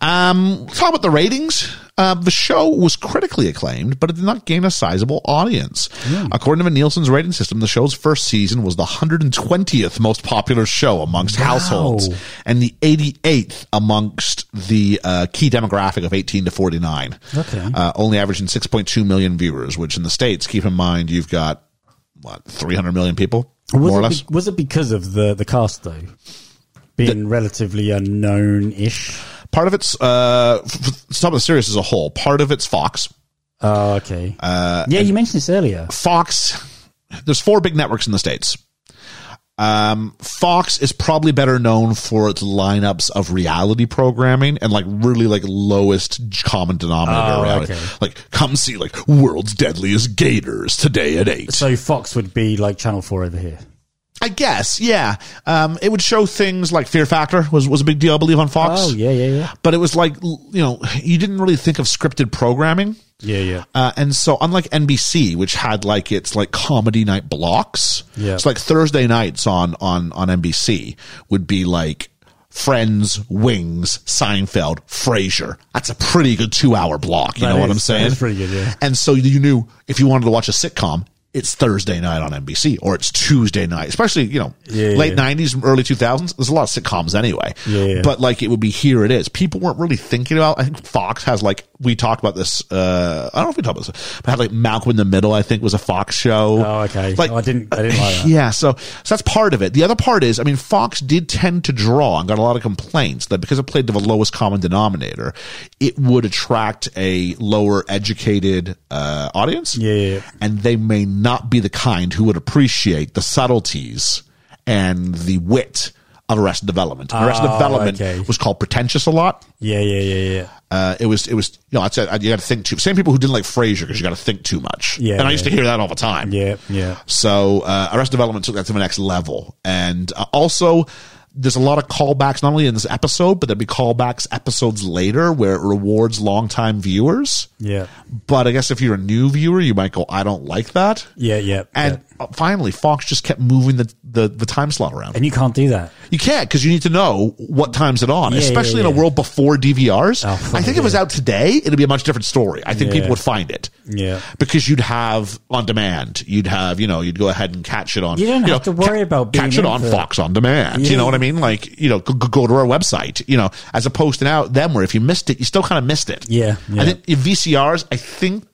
[SPEAKER 1] Um, talk about the ratings. Uh, the show was critically acclaimed, but it did not gain a sizable audience.
[SPEAKER 3] Hmm.
[SPEAKER 1] According to Nielsen's rating system, the show's first season was the 120th most popular show amongst households and the 88th amongst the uh, key demographic of 18 to 49.
[SPEAKER 3] Okay.
[SPEAKER 1] Uh, only averaging 6.2 million viewers, which in the States, keep in mind, you've got, what, 300 million people?
[SPEAKER 3] Was
[SPEAKER 1] more
[SPEAKER 3] it
[SPEAKER 1] or less.
[SPEAKER 3] be- was it because of the, the cast, though? Being relatively unknown ish?
[SPEAKER 1] Part of it's, uh, f- f- some of the series as a whole, part of it's Fox.
[SPEAKER 3] Oh, okay.
[SPEAKER 1] Uh,
[SPEAKER 3] yeah, you mentioned this earlier.
[SPEAKER 1] Fox. There's four big networks in the states. Um, Fox is probably better known for its lineups of reality programming and like really like lowest j- common denominator
[SPEAKER 3] Oh,
[SPEAKER 1] reality.
[SPEAKER 3] okay.
[SPEAKER 1] Like come see like world's deadliest gators today at eight.
[SPEAKER 3] So Fox would be like Channel 4 over here.
[SPEAKER 1] I guess yeah. Um, it would show things like Fear Factor was was a big deal I believe on Fox.
[SPEAKER 3] Oh, yeah, yeah, yeah.
[SPEAKER 1] But it was like l- you know you didn't really think of scripted programming.
[SPEAKER 3] Yeah, yeah.
[SPEAKER 1] Uh, and so unlike NBC, which had like its like comedy night blocks,
[SPEAKER 3] Yeah.
[SPEAKER 1] it's like Thursday nights on on on NBC would be like Friends, Wings, Seinfeld, Frasier. That's a pretty good two hour block. You
[SPEAKER 3] That
[SPEAKER 1] know what
[SPEAKER 3] is-
[SPEAKER 1] I'm saying?
[SPEAKER 3] that is pretty good, yeah.
[SPEAKER 1] And so you knew if you wanted to watch a sitcom. It's Thursday night on NBC, or it's Tuesday night, especially you know
[SPEAKER 3] Yeah,
[SPEAKER 1] late
[SPEAKER 3] yeah.
[SPEAKER 1] '90s, early 2000s. There's a lot of sitcoms anyway,
[SPEAKER 3] Yeah, yeah.
[SPEAKER 1] but but like it would be here it is. People weren't really thinking about. I think Fox has like we talked about this. uh I don't know if we talked about this, but had like Malcolm in the Middle. I think was a Fox show.
[SPEAKER 3] Oh, okay.
[SPEAKER 1] Like
[SPEAKER 3] Oh, I didn't- I didn't like that.
[SPEAKER 1] Yeah, so so that's part of it. The other part is, I mean, Fox did tend to draw and got a lot of complaints that because it played to the lowest common denominator, it would attract a lower educated uh audience.
[SPEAKER 3] Yeah, yeah, yeah.
[SPEAKER 1] and they may not be the kind who would appreciate the subtleties and the wit of Arrested Development. Arrested
[SPEAKER 3] Ah,
[SPEAKER 1] Development
[SPEAKER 3] okay.
[SPEAKER 1] was called pretentious a lot.
[SPEAKER 3] Yeah, yeah, yeah, yeah.
[SPEAKER 1] Uh, it was it was you know I said you got to think too. Same people who didn't like Frasier because you got to think too much.
[SPEAKER 3] Yeah,
[SPEAKER 1] and I
[SPEAKER 3] yeah.
[SPEAKER 1] used to hear that all the time.
[SPEAKER 3] Yeah, yeah.
[SPEAKER 1] So uh, Arrested Development took that to the next level, and uh, also there's a lot of callbacks not only in this episode, but there'll be callbacks episodes later where it rewards longtime viewers.
[SPEAKER 3] Yeah.
[SPEAKER 1] But I guess if you're a new viewer, you might go, "I don't like that."
[SPEAKER 3] Yeah, yeah.
[SPEAKER 1] And uh, finally, Fox just kept moving the the, the time slot around.
[SPEAKER 3] and you can't do that.
[SPEAKER 1] You can't because you need to know what time's it on,
[SPEAKER 3] Yeah,
[SPEAKER 1] especially in
[SPEAKER 3] yeah,
[SPEAKER 1] a
[SPEAKER 3] yeah.
[SPEAKER 1] world before DVRs.
[SPEAKER 3] Oh,
[SPEAKER 1] I think if it was out today, it'd be a much different story. I think people
[SPEAKER 3] Yeah.
[SPEAKER 1] would find it.
[SPEAKER 3] Yeah.
[SPEAKER 1] Because you'd have on demand. You'd have, you know, you'd go ahead and catch it on.
[SPEAKER 3] You don't have to worry about being
[SPEAKER 1] catch it
[SPEAKER 3] in
[SPEAKER 1] on
[SPEAKER 3] for-
[SPEAKER 1] Fox on demand. You
[SPEAKER 3] Yeah.
[SPEAKER 1] know what I mean? Like, you know, go, go- go to our website, you know, as opposed to now them where if you missed it, you still kind of missed it.
[SPEAKER 3] Yeah,
[SPEAKER 1] I
[SPEAKER 3] yeah.
[SPEAKER 1] think in VCRs, I think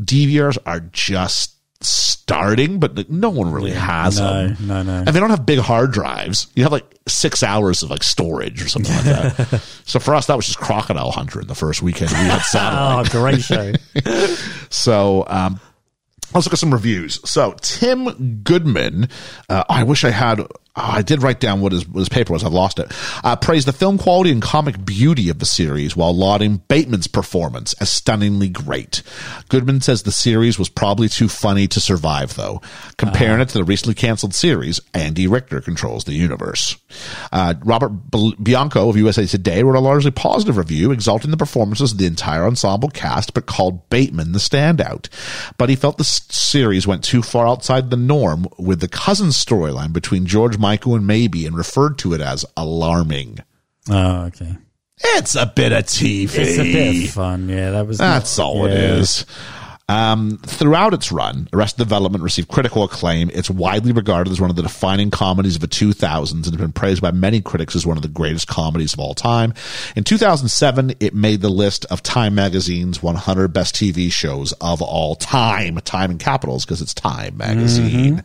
[SPEAKER 1] DVRs are just starting, but like, no one really has
[SPEAKER 3] No,
[SPEAKER 1] them.
[SPEAKER 3] no, no.
[SPEAKER 1] And they don't have big hard drives. You have like six hours of like storage or something like that. so for us, that was just Crocodile Hunter in the first weekend we had
[SPEAKER 3] Oh,
[SPEAKER 1] satellite.
[SPEAKER 3] great show.
[SPEAKER 1] so um, let's look at some reviews. So Tim Goodman, uh, I wish I had. oh, I did write down what his, what his paper was. I lost it. Uh, praised the film quality and comic beauty of the series while lauding Bateman's performance as stunningly great. Goodman says the series was probably too funny to survive, though. Comparing it to the recently canceled series, Andy Richter controls the universe. Uh, Robert Bel- Bianco of USA Today wrote a largely positive review, exalting the performances of the entire ensemble cast, but called Bateman the standout. But he felt the s- series went too far outside the norm with the cousin storyline between George Michael and Maybe and referred to it as alarming.
[SPEAKER 3] oh, okay.
[SPEAKER 1] It's a bit of TV.
[SPEAKER 3] It's a bit of fun. Yeah, that was.
[SPEAKER 1] That's all it
[SPEAKER 3] Yeah.
[SPEAKER 1] is. Um, throughout its run, Arrested Development received critical acclaim. It's widely regarded as one of the defining comedies of the 2000s and has been praised by many critics as one of the greatest comedies of all time. In 2007, it made the list of Time Magazine's 100 best TV shows of all time. Time in capitals because it's Time Magazine.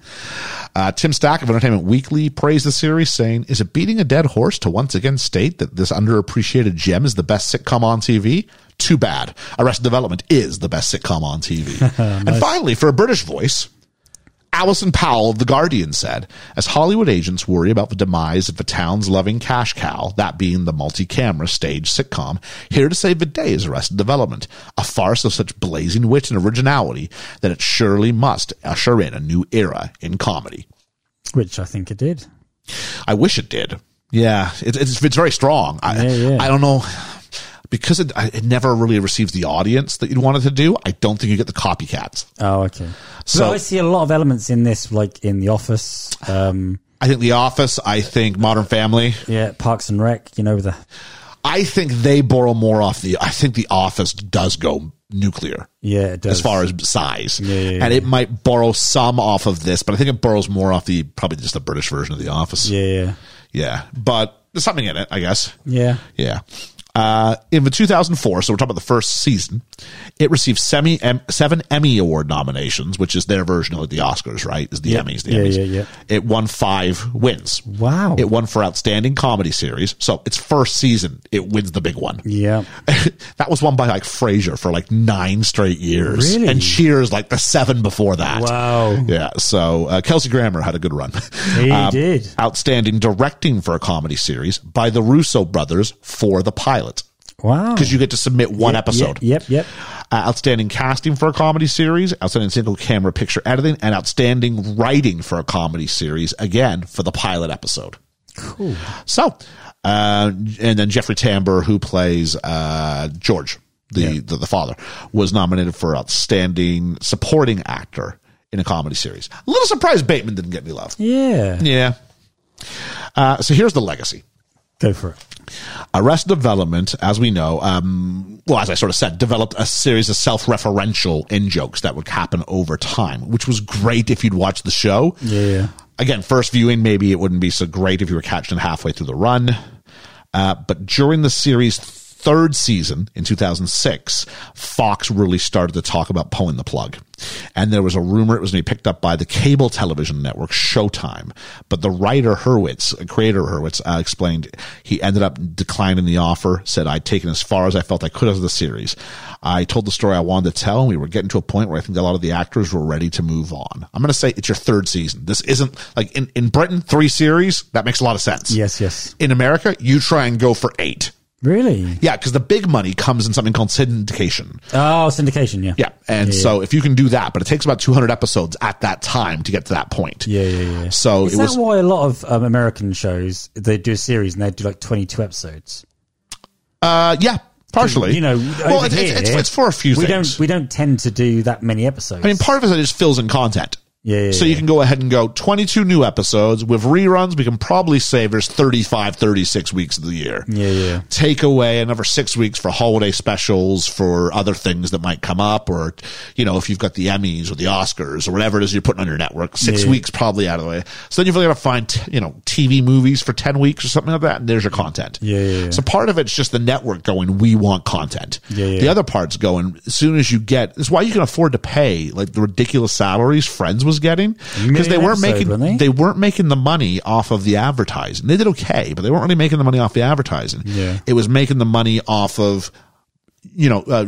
[SPEAKER 1] Uh, Tim Stack of Entertainment Weekly praised the series, saying, Is it beating a dead horse to once again state that this underappreciated gem is the best sitcom on TV? Too bad. Arrested Development is the best sitcom on TV. And finally, for a British voice, Alison Powell of The Guardian said, as Hollywood agents worry about the demise of the town's loving cash cow, that being the multi camera stage sitcom, Here to Save the Day is Arrested Development, a farce of such blazing wit and originality that it surely must usher in a new era in comedy.
[SPEAKER 3] Which I think it did.
[SPEAKER 1] I wish it did. Yeah, it, it's it's very strong. I
[SPEAKER 3] Yeah, yeah.
[SPEAKER 1] I don't know because it I- it never really receives the audience that you'd want it to do. I don't think you get the copycats.
[SPEAKER 3] Oh, okay.
[SPEAKER 1] So-
[SPEAKER 3] So I see a lot of elements in this, like in The Office, um,
[SPEAKER 1] I think The Office. I think Modern Family.
[SPEAKER 3] yeah, Parks and Rec. You know the
[SPEAKER 1] I think they borrow more off the. I think The Office does go nuclear
[SPEAKER 3] yeah. It does.
[SPEAKER 1] as far as size,
[SPEAKER 3] yeah,
[SPEAKER 1] and it might borrow some off of this, but I think it borrows more off the probably just the British version of The Office.
[SPEAKER 3] yeah, yeah,
[SPEAKER 1] yeah. but there's something in it, I guess.
[SPEAKER 3] yeah.
[SPEAKER 1] Yeah. Uh, in the 2004, so we're talking about the first season, it received semi em, seven Emmy Award nominations, which is their version of the Oscars, right? Is the Emmys, the
[SPEAKER 3] Yeah,
[SPEAKER 1] Emmys.
[SPEAKER 3] yeah, yeah.
[SPEAKER 1] It won five wins.
[SPEAKER 3] Wow.
[SPEAKER 1] It won for Outstanding Comedy Series. So its first season, it wins the big one.
[SPEAKER 3] Yeah.
[SPEAKER 1] that was won by like Frasier for like nine straight years.
[SPEAKER 3] Really?
[SPEAKER 1] And Cheers like the seven before that.
[SPEAKER 3] Wow.
[SPEAKER 1] Yeah. So uh, Kelsey Grammer had a good run. Uh,
[SPEAKER 3] He did.
[SPEAKER 1] Outstanding directing for a comedy series by the Russo brothers for the pilot.
[SPEAKER 3] Wow.
[SPEAKER 1] Because you get to submit one episode.
[SPEAKER 3] Yep, yep.
[SPEAKER 1] Uh, outstanding casting for a comedy series, outstanding single camera picture editing, and outstanding writing for a comedy series, again, for the pilot episode.
[SPEAKER 3] Cool.
[SPEAKER 1] So, uh, and then Jeffrey Tambor, who plays uh, George, the, the the father, was nominated for outstanding supporting actor in a comedy series. A little surprised Bateman didn't get any love.
[SPEAKER 3] Yeah.
[SPEAKER 1] Yeah. Uh, so here's the legacy.
[SPEAKER 3] Go for it.
[SPEAKER 1] Arrested Development, as we know, um, well, as I sort of said, developed a series of self referential in jokes that would happen over time, which was great if you'd watched the show.
[SPEAKER 3] Yeah.
[SPEAKER 1] Again, first viewing, maybe it wouldn't be so great if you were catching it halfway through the run. Uh, but during the series third season in 2006, Fox really started to talk about pulling the plug. And there was a rumor it was going to be picked up by the cable television network Showtime. But the writer Hurwitz, creator Hurwitz, uh, explained he ended up declining the offer, said, I'd taken as far as I felt I could out of the series. I told the story I wanted to tell, and we were getting to a point where I think a lot of the actors were ready to move on. I'm going to say it's your third season. This isn't like in, in Britain, three series, that makes a lot of sense.
[SPEAKER 3] Yes, yes.
[SPEAKER 1] In America, you try and go for eight.
[SPEAKER 3] Really?
[SPEAKER 1] Yeah, because the big money comes in something called syndication.
[SPEAKER 3] Oh, syndication. Yeah.
[SPEAKER 1] Yeah. And so if you can do that, but it takes about 200 episodes at that time to get to that point.
[SPEAKER 3] Yeah, yeah, yeah.
[SPEAKER 1] So
[SPEAKER 3] Is
[SPEAKER 1] it
[SPEAKER 3] that
[SPEAKER 1] was,
[SPEAKER 3] why a lot of um, American shows they do a series and they do like twenty-two episodes?
[SPEAKER 1] uh, yeah, partially.
[SPEAKER 3] You know,
[SPEAKER 1] well,
[SPEAKER 3] over
[SPEAKER 1] it's, it's,
[SPEAKER 3] here,
[SPEAKER 1] it's, it's for a few
[SPEAKER 3] we
[SPEAKER 1] things.
[SPEAKER 3] don't we don't tend to do that many episodes.
[SPEAKER 1] I mean, part of it is it just fills in content.
[SPEAKER 3] Yeah, yeah,
[SPEAKER 1] so you
[SPEAKER 3] yeah.
[SPEAKER 1] can go ahead and go 22 new episodes with reruns. We can probably save there's 35, 36 weeks of the year.
[SPEAKER 3] yeah, yeah.
[SPEAKER 1] Take away another six weeks for holiday specials for other things that might come up, or you know, if you've got the Emmys or the Oscars or whatever it is you're putting on your network, six
[SPEAKER 3] Yeah.
[SPEAKER 1] weeks probably out of the way. So then you've really got to find t- you know TV movies for ten weeks or something like that, and there's your content.
[SPEAKER 3] Yeah, yeah, yeah.
[SPEAKER 1] So part of it's just the network going, we want content.
[SPEAKER 3] Yeah, yeah.
[SPEAKER 1] The other part's going as soon as you get. It's why you can afford to pay like the ridiculous salaries Friends was getting because they
[SPEAKER 3] Million
[SPEAKER 1] weren't
[SPEAKER 3] episode,
[SPEAKER 1] making
[SPEAKER 3] weren't they?
[SPEAKER 1] they weren't making the money off of the advertising. They did okay, but they weren't really making the money off the advertising.
[SPEAKER 3] Yeah.
[SPEAKER 1] It was making the money off of you know. Uh,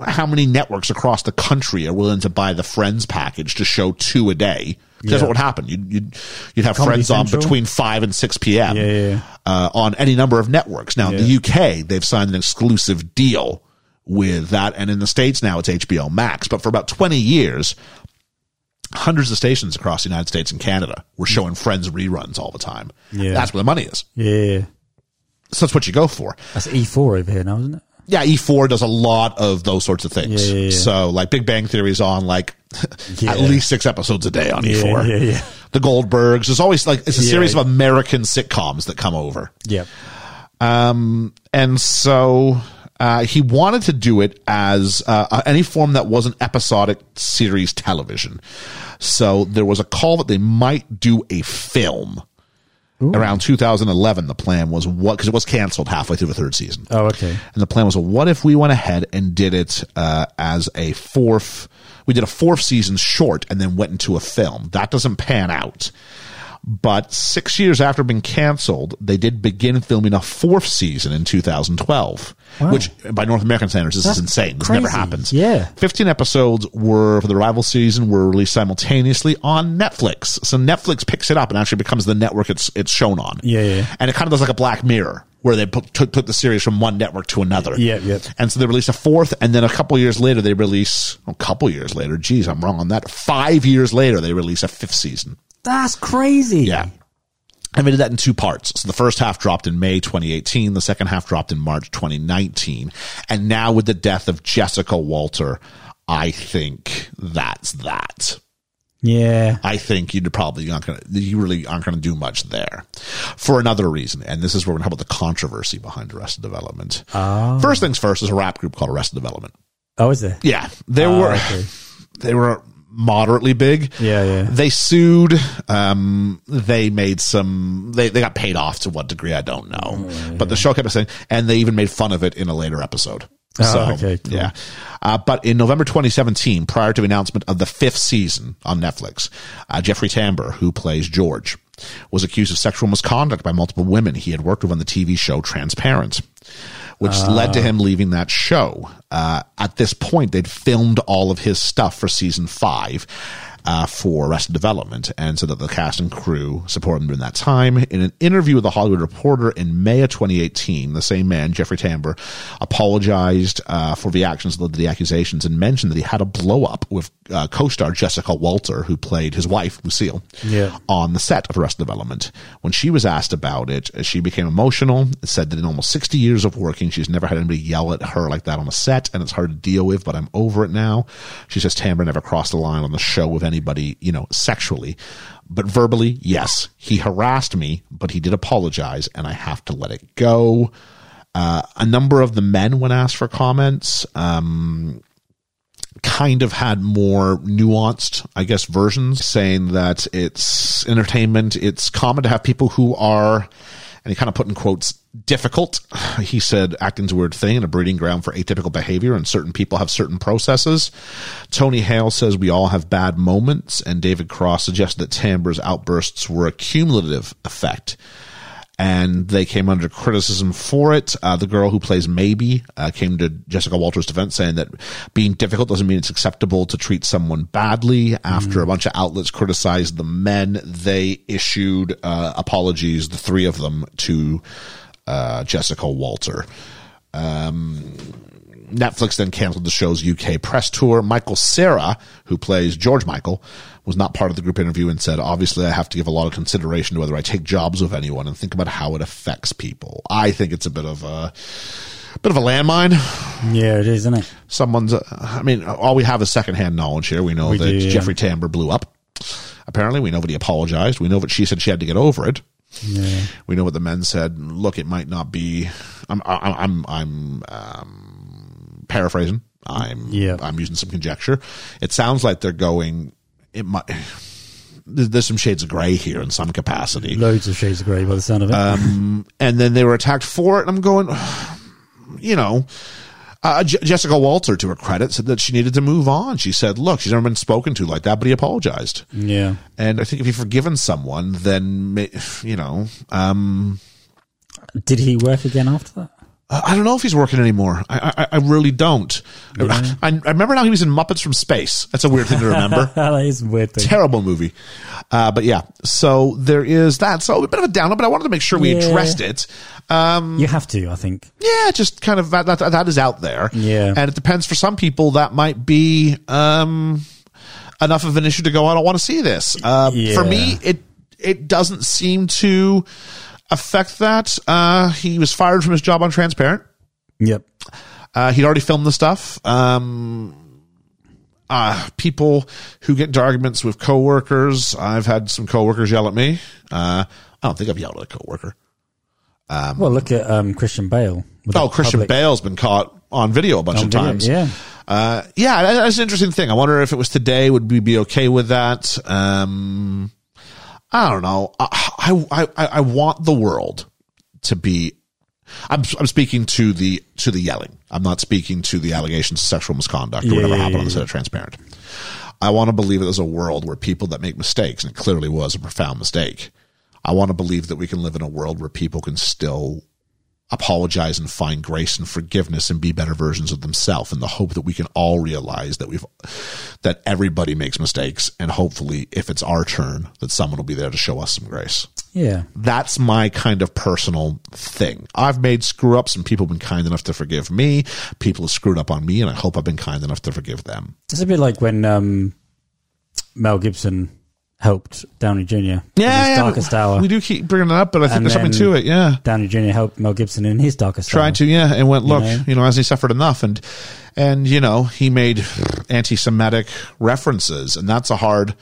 [SPEAKER 1] how many networks across the country are willing to buy the Friends package to show two a day? 'Cause That's
[SPEAKER 3] Yeah.
[SPEAKER 1] what would happen. You'd you'd, you'd have
[SPEAKER 3] Comedy
[SPEAKER 1] Friends on
[SPEAKER 3] Central?
[SPEAKER 1] between five and six p.m.
[SPEAKER 3] Yeah, yeah, yeah.
[SPEAKER 1] Uh, on any number of networks. Now in the UK, they've signed an exclusive deal with that, and in the states now it's HBO Max. But for about twenty years, hundreds of stations across the United States and Canada were showing Friends reruns all the time.
[SPEAKER 3] Yeah.
[SPEAKER 1] That's where the money is.
[SPEAKER 3] Yeah,
[SPEAKER 1] So that's what you go for.
[SPEAKER 3] that's E four over here now, isn't it?
[SPEAKER 1] Yeah, E4 does a lot of those sorts of things.
[SPEAKER 3] Yeah, yeah, yeah.
[SPEAKER 1] So, like, Big Bang Theory's on like
[SPEAKER 3] Yeah.
[SPEAKER 1] at least six episodes a day on E4.
[SPEAKER 3] yeah, yeah.
[SPEAKER 1] The Goldbergs. There's always like, it's a
[SPEAKER 3] Yeah.
[SPEAKER 1] series of American sitcoms that come over.
[SPEAKER 3] Yep.
[SPEAKER 1] and so uh, he wanted to do it as uh, uh, any form that wasn't episodic series television. So there was a call that they might do a film. Around 2011, the plan was what because it was canceled halfway through the third season,
[SPEAKER 3] Oh, okay.
[SPEAKER 1] and the plan was what if we went ahead and did it uh, as a fourth? We did a fourth season short and then went into a film. That doesn't pan out. But six years after being canceled, they did begin filming a fourth season in 2012, which by North American standards, this is
[SPEAKER 3] That's
[SPEAKER 1] insane. This never
[SPEAKER 3] crazy.
[SPEAKER 1] happens.
[SPEAKER 3] Yeah.
[SPEAKER 1] 15 episodes were for the rival season were released simultaneously on Netflix. So Netflix picks it up and actually becomes the network it's it's shown on.
[SPEAKER 3] Yeah, yeah.
[SPEAKER 1] And it kind of does like a Black Mirror where they put, took, took the series from one network to another.
[SPEAKER 3] Yep, yep.
[SPEAKER 1] And so they release a fourth, and then a couple years later they release a couple years later. Geez, I'm wrong on that. Five years later they release a fifth season.
[SPEAKER 3] That's crazy.
[SPEAKER 1] Yeah. And we did that in two parts. So the first half dropped in May 2018, the second half dropped in March 2019. And now with the death of Jessica Walter, I think that's that.
[SPEAKER 3] Yeah.
[SPEAKER 1] I think you'd probably not gonna you really aren't gonna do much there. For another reason, and this is where we're gonna talk about the controversy behind Arrested Development. First things first is a rap group called Arrested Development.
[SPEAKER 3] Oh, is there?
[SPEAKER 1] Yeah. They
[SPEAKER 3] Oh,
[SPEAKER 1] were
[SPEAKER 3] okay.
[SPEAKER 1] they were moderately big.
[SPEAKER 3] Yeah, yeah.
[SPEAKER 1] They sued. Um, they made some. They, they got paid off to what degree I don't know,
[SPEAKER 3] Oh,
[SPEAKER 1] but the show kept saying, and they even made fun of it in a later episode.
[SPEAKER 3] Oh, okay, cool.
[SPEAKER 1] yeah. Uh, but in November 2017, prior to the announcement of the fifth season on Netflix, uh, Jeffrey Tambor, who plays George, was accused of sexual misconduct by multiple women he had worked with on the TV show Transparent which led to him leaving that show. Uh, at this point, they'd filmed all of his stuff for season five uh, for Arrested Development, and so that the cast and crew supported him during that time. In an interview with the Hollywood Reporter in May of 2018, the same man, Jeffrey Tambor, apologized uh, for the actions that led to the accusations and mentioned that he had a blow up with uh, co star Jessica Walter, who played his wife, Lucille
[SPEAKER 3] Yeah.
[SPEAKER 1] on the set of Arrested Development. When she was asked about it, uh, she became emotional, said that in almost 60 years of working, she's never had anybody yell at her like that on a set, and it's hard to deal with, but I'm over it now. She says Tamra never crossed the line on the show with anybody, you know, sexually. But verbally, yes, he harassed me, but he did apologize, and I have to let it go. Uh, a number of the men, when asked for comments, kind of had more nuanced, I guess, versions saying that it's entertainment. It's common to have people who are and he kind of put in quotes difficult. He said acting's a weird thing and a breeding ground for atypical behavior, and certain people have certain processes. Tony Hale says we all have bad moments, and David Cross suggested that Tamber's outbursts were a cumulative effect and they came under criticism for it. Uh, the girl who plays Maybe uh, came to Jessica Walter's defense saying that being difficult doesn't mean it's acceptable to treat someone badly. After a bunch of outlets criticized the men, they issued uh, apologies, the three of them, to uh, Jessica Walter. Netflix then canceled the show's UK press tour. Michael Sarah, who plays George Michael, was not part of the group interview and said, Obviously, I have to give a lot of consideration to whether I take jobs with anyone and think about how it affects people. I think it's a bit of a. Bit of a landmine.
[SPEAKER 3] Yeah, it is, isn't it?
[SPEAKER 1] Someone's, uh, I mean, all we have is secondhand knowledge here. We know
[SPEAKER 3] We
[SPEAKER 1] that
[SPEAKER 3] do, yeah.
[SPEAKER 1] Jeffrey Tambor blew up. Apparently, we know that he apologized. We know that she said she had to get over it.
[SPEAKER 3] Yeah.
[SPEAKER 1] We know what the men said. Look, it might not be. I'm I'm I'm, I'm um, paraphrasing. I'm
[SPEAKER 3] Yeah.
[SPEAKER 1] I'm using some conjecture. It sounds like they're going. It might. There's there's some shades of gray here in some capacity.
[SPEAKER 3] Loads of shades of grey by the sound of it.
[SPEAKER 1] Um, and then they were attacked for it. And I'm going, you know, uh, J- Jessica Walter, to her credit, said that she needed to move on. She said, look, she's never been spoken to like that, but he apologized.
[SPEAKER 3] yeah.
[SPEAKER 1] And I think if you've forgiven someone, then, ma- you know, um,
[SPEAKER 3] Did he work again after that?
[SPEAKER 1] Uh, I don't know if he's working anymore. I I, I really don't. I, I remember now he was in Muppets from Space. That's a weird thing to remember.
[SPEAKER 3] that is a weird thing.
[SPEAKER 1] Terrible movie. Uh, but yeah, so there is that. So a bit of a downer, but I wanted to make sure we
[SPEAKER 3] Yeah.
[SPEAKER 1] addressed it.
[SPEAKER 3] you have to, I think.
[SPEAKER 1] Yeah, just kind of that, that, that is out there.
[SPEAKER 3] Yeah.
[SPEAKER 1] And it depends for some people that might be um, enough of an issue to go, I don't want to see this. Uh, For
[SPEAKER 3] Yeah.
[SPEAKER 1] me, it it doesn't seem to affect that. Uh, he was fired from his job on Transparent.
[SPEAKER 3] Yep.
[SPEAKER 1] Uh, he'd already filmed the stuff. Um, uh, people who get into arguments with coworkers. I've had some coworkers yell at me. Uh, I don't think I've yelled at a coworker.
[SPEAKER 3] well, look at um, Christian Bale. with
[SPEAKER 1] Oh,
[SPEAKER 3] the
[SPEAKER 1] Christian
[SPEAKER 3] public-
[SPEAKER 1] Bale's been caught on video a bunch
[SPEAKER 3] on
[SPEAKER 1] of
[SPEAKER 3] video.
[SPEAKER 1] times.
[SPEAKER 3] Yeah.
[SPEAKER 1] Uh, yeah, that- that's an interesting thing. I wonder if it was today, would we be okay with that? Um, I don't know. I, I, I, I want the world to be. I'm, I'm speaking to the to the yelling. I'm not speaking to the allegations of sexual misconduct or
[SPEAKER 3] Yeah,
[SPEAKER 1] whatever
[SPEAKER 3] yeah,
[SPEAKER 1] happened
[SPEAKER 3] yeah,
[SPEAKER 1] on the
[SPEAKER 3] yeah.
[SPEAKER 1] set of Transparent. I want to believe that there's a world where people that make mistakes, and it clearly was a profound mistake. I want to believe that we can live in a world where people can still apologize and find grace and forgiveness and be better versions of themselves in the hope that we can all realize that we've that everybody makes mistakes and hopefully if it's our turn that someone will be there to show us some grace
[SPEAKER 3] Yeah.
[SPEAKER 1] that's my kind of personal thing. I've made screw ups and people have been kind enough to forgive me. People have screwed up on me and I hope I've been kind enough to forgive them.
[SPEAKER 3] It's a bit like when um, Mel Gibson helped Downey Jr. in his darkest hour.
[SPEAKER 1] We do keep bringing it up, but I think
[SPEAKER 3] And
[SPEAKER 1] there's something
[SPEAKER 3] then-
[SPEAKER 1] to it. Yeah.
[SPEAKER 3] Downey Jr. helped Mel Gibson in his darkest hour.
[SPEAKER 1] Tried to, yeah, and went, look, you know,
[SPEAKER 3] know?
[SPEAKER 1] as he suffered enough and, and, you know, he made anti Semitic references and that's a hard,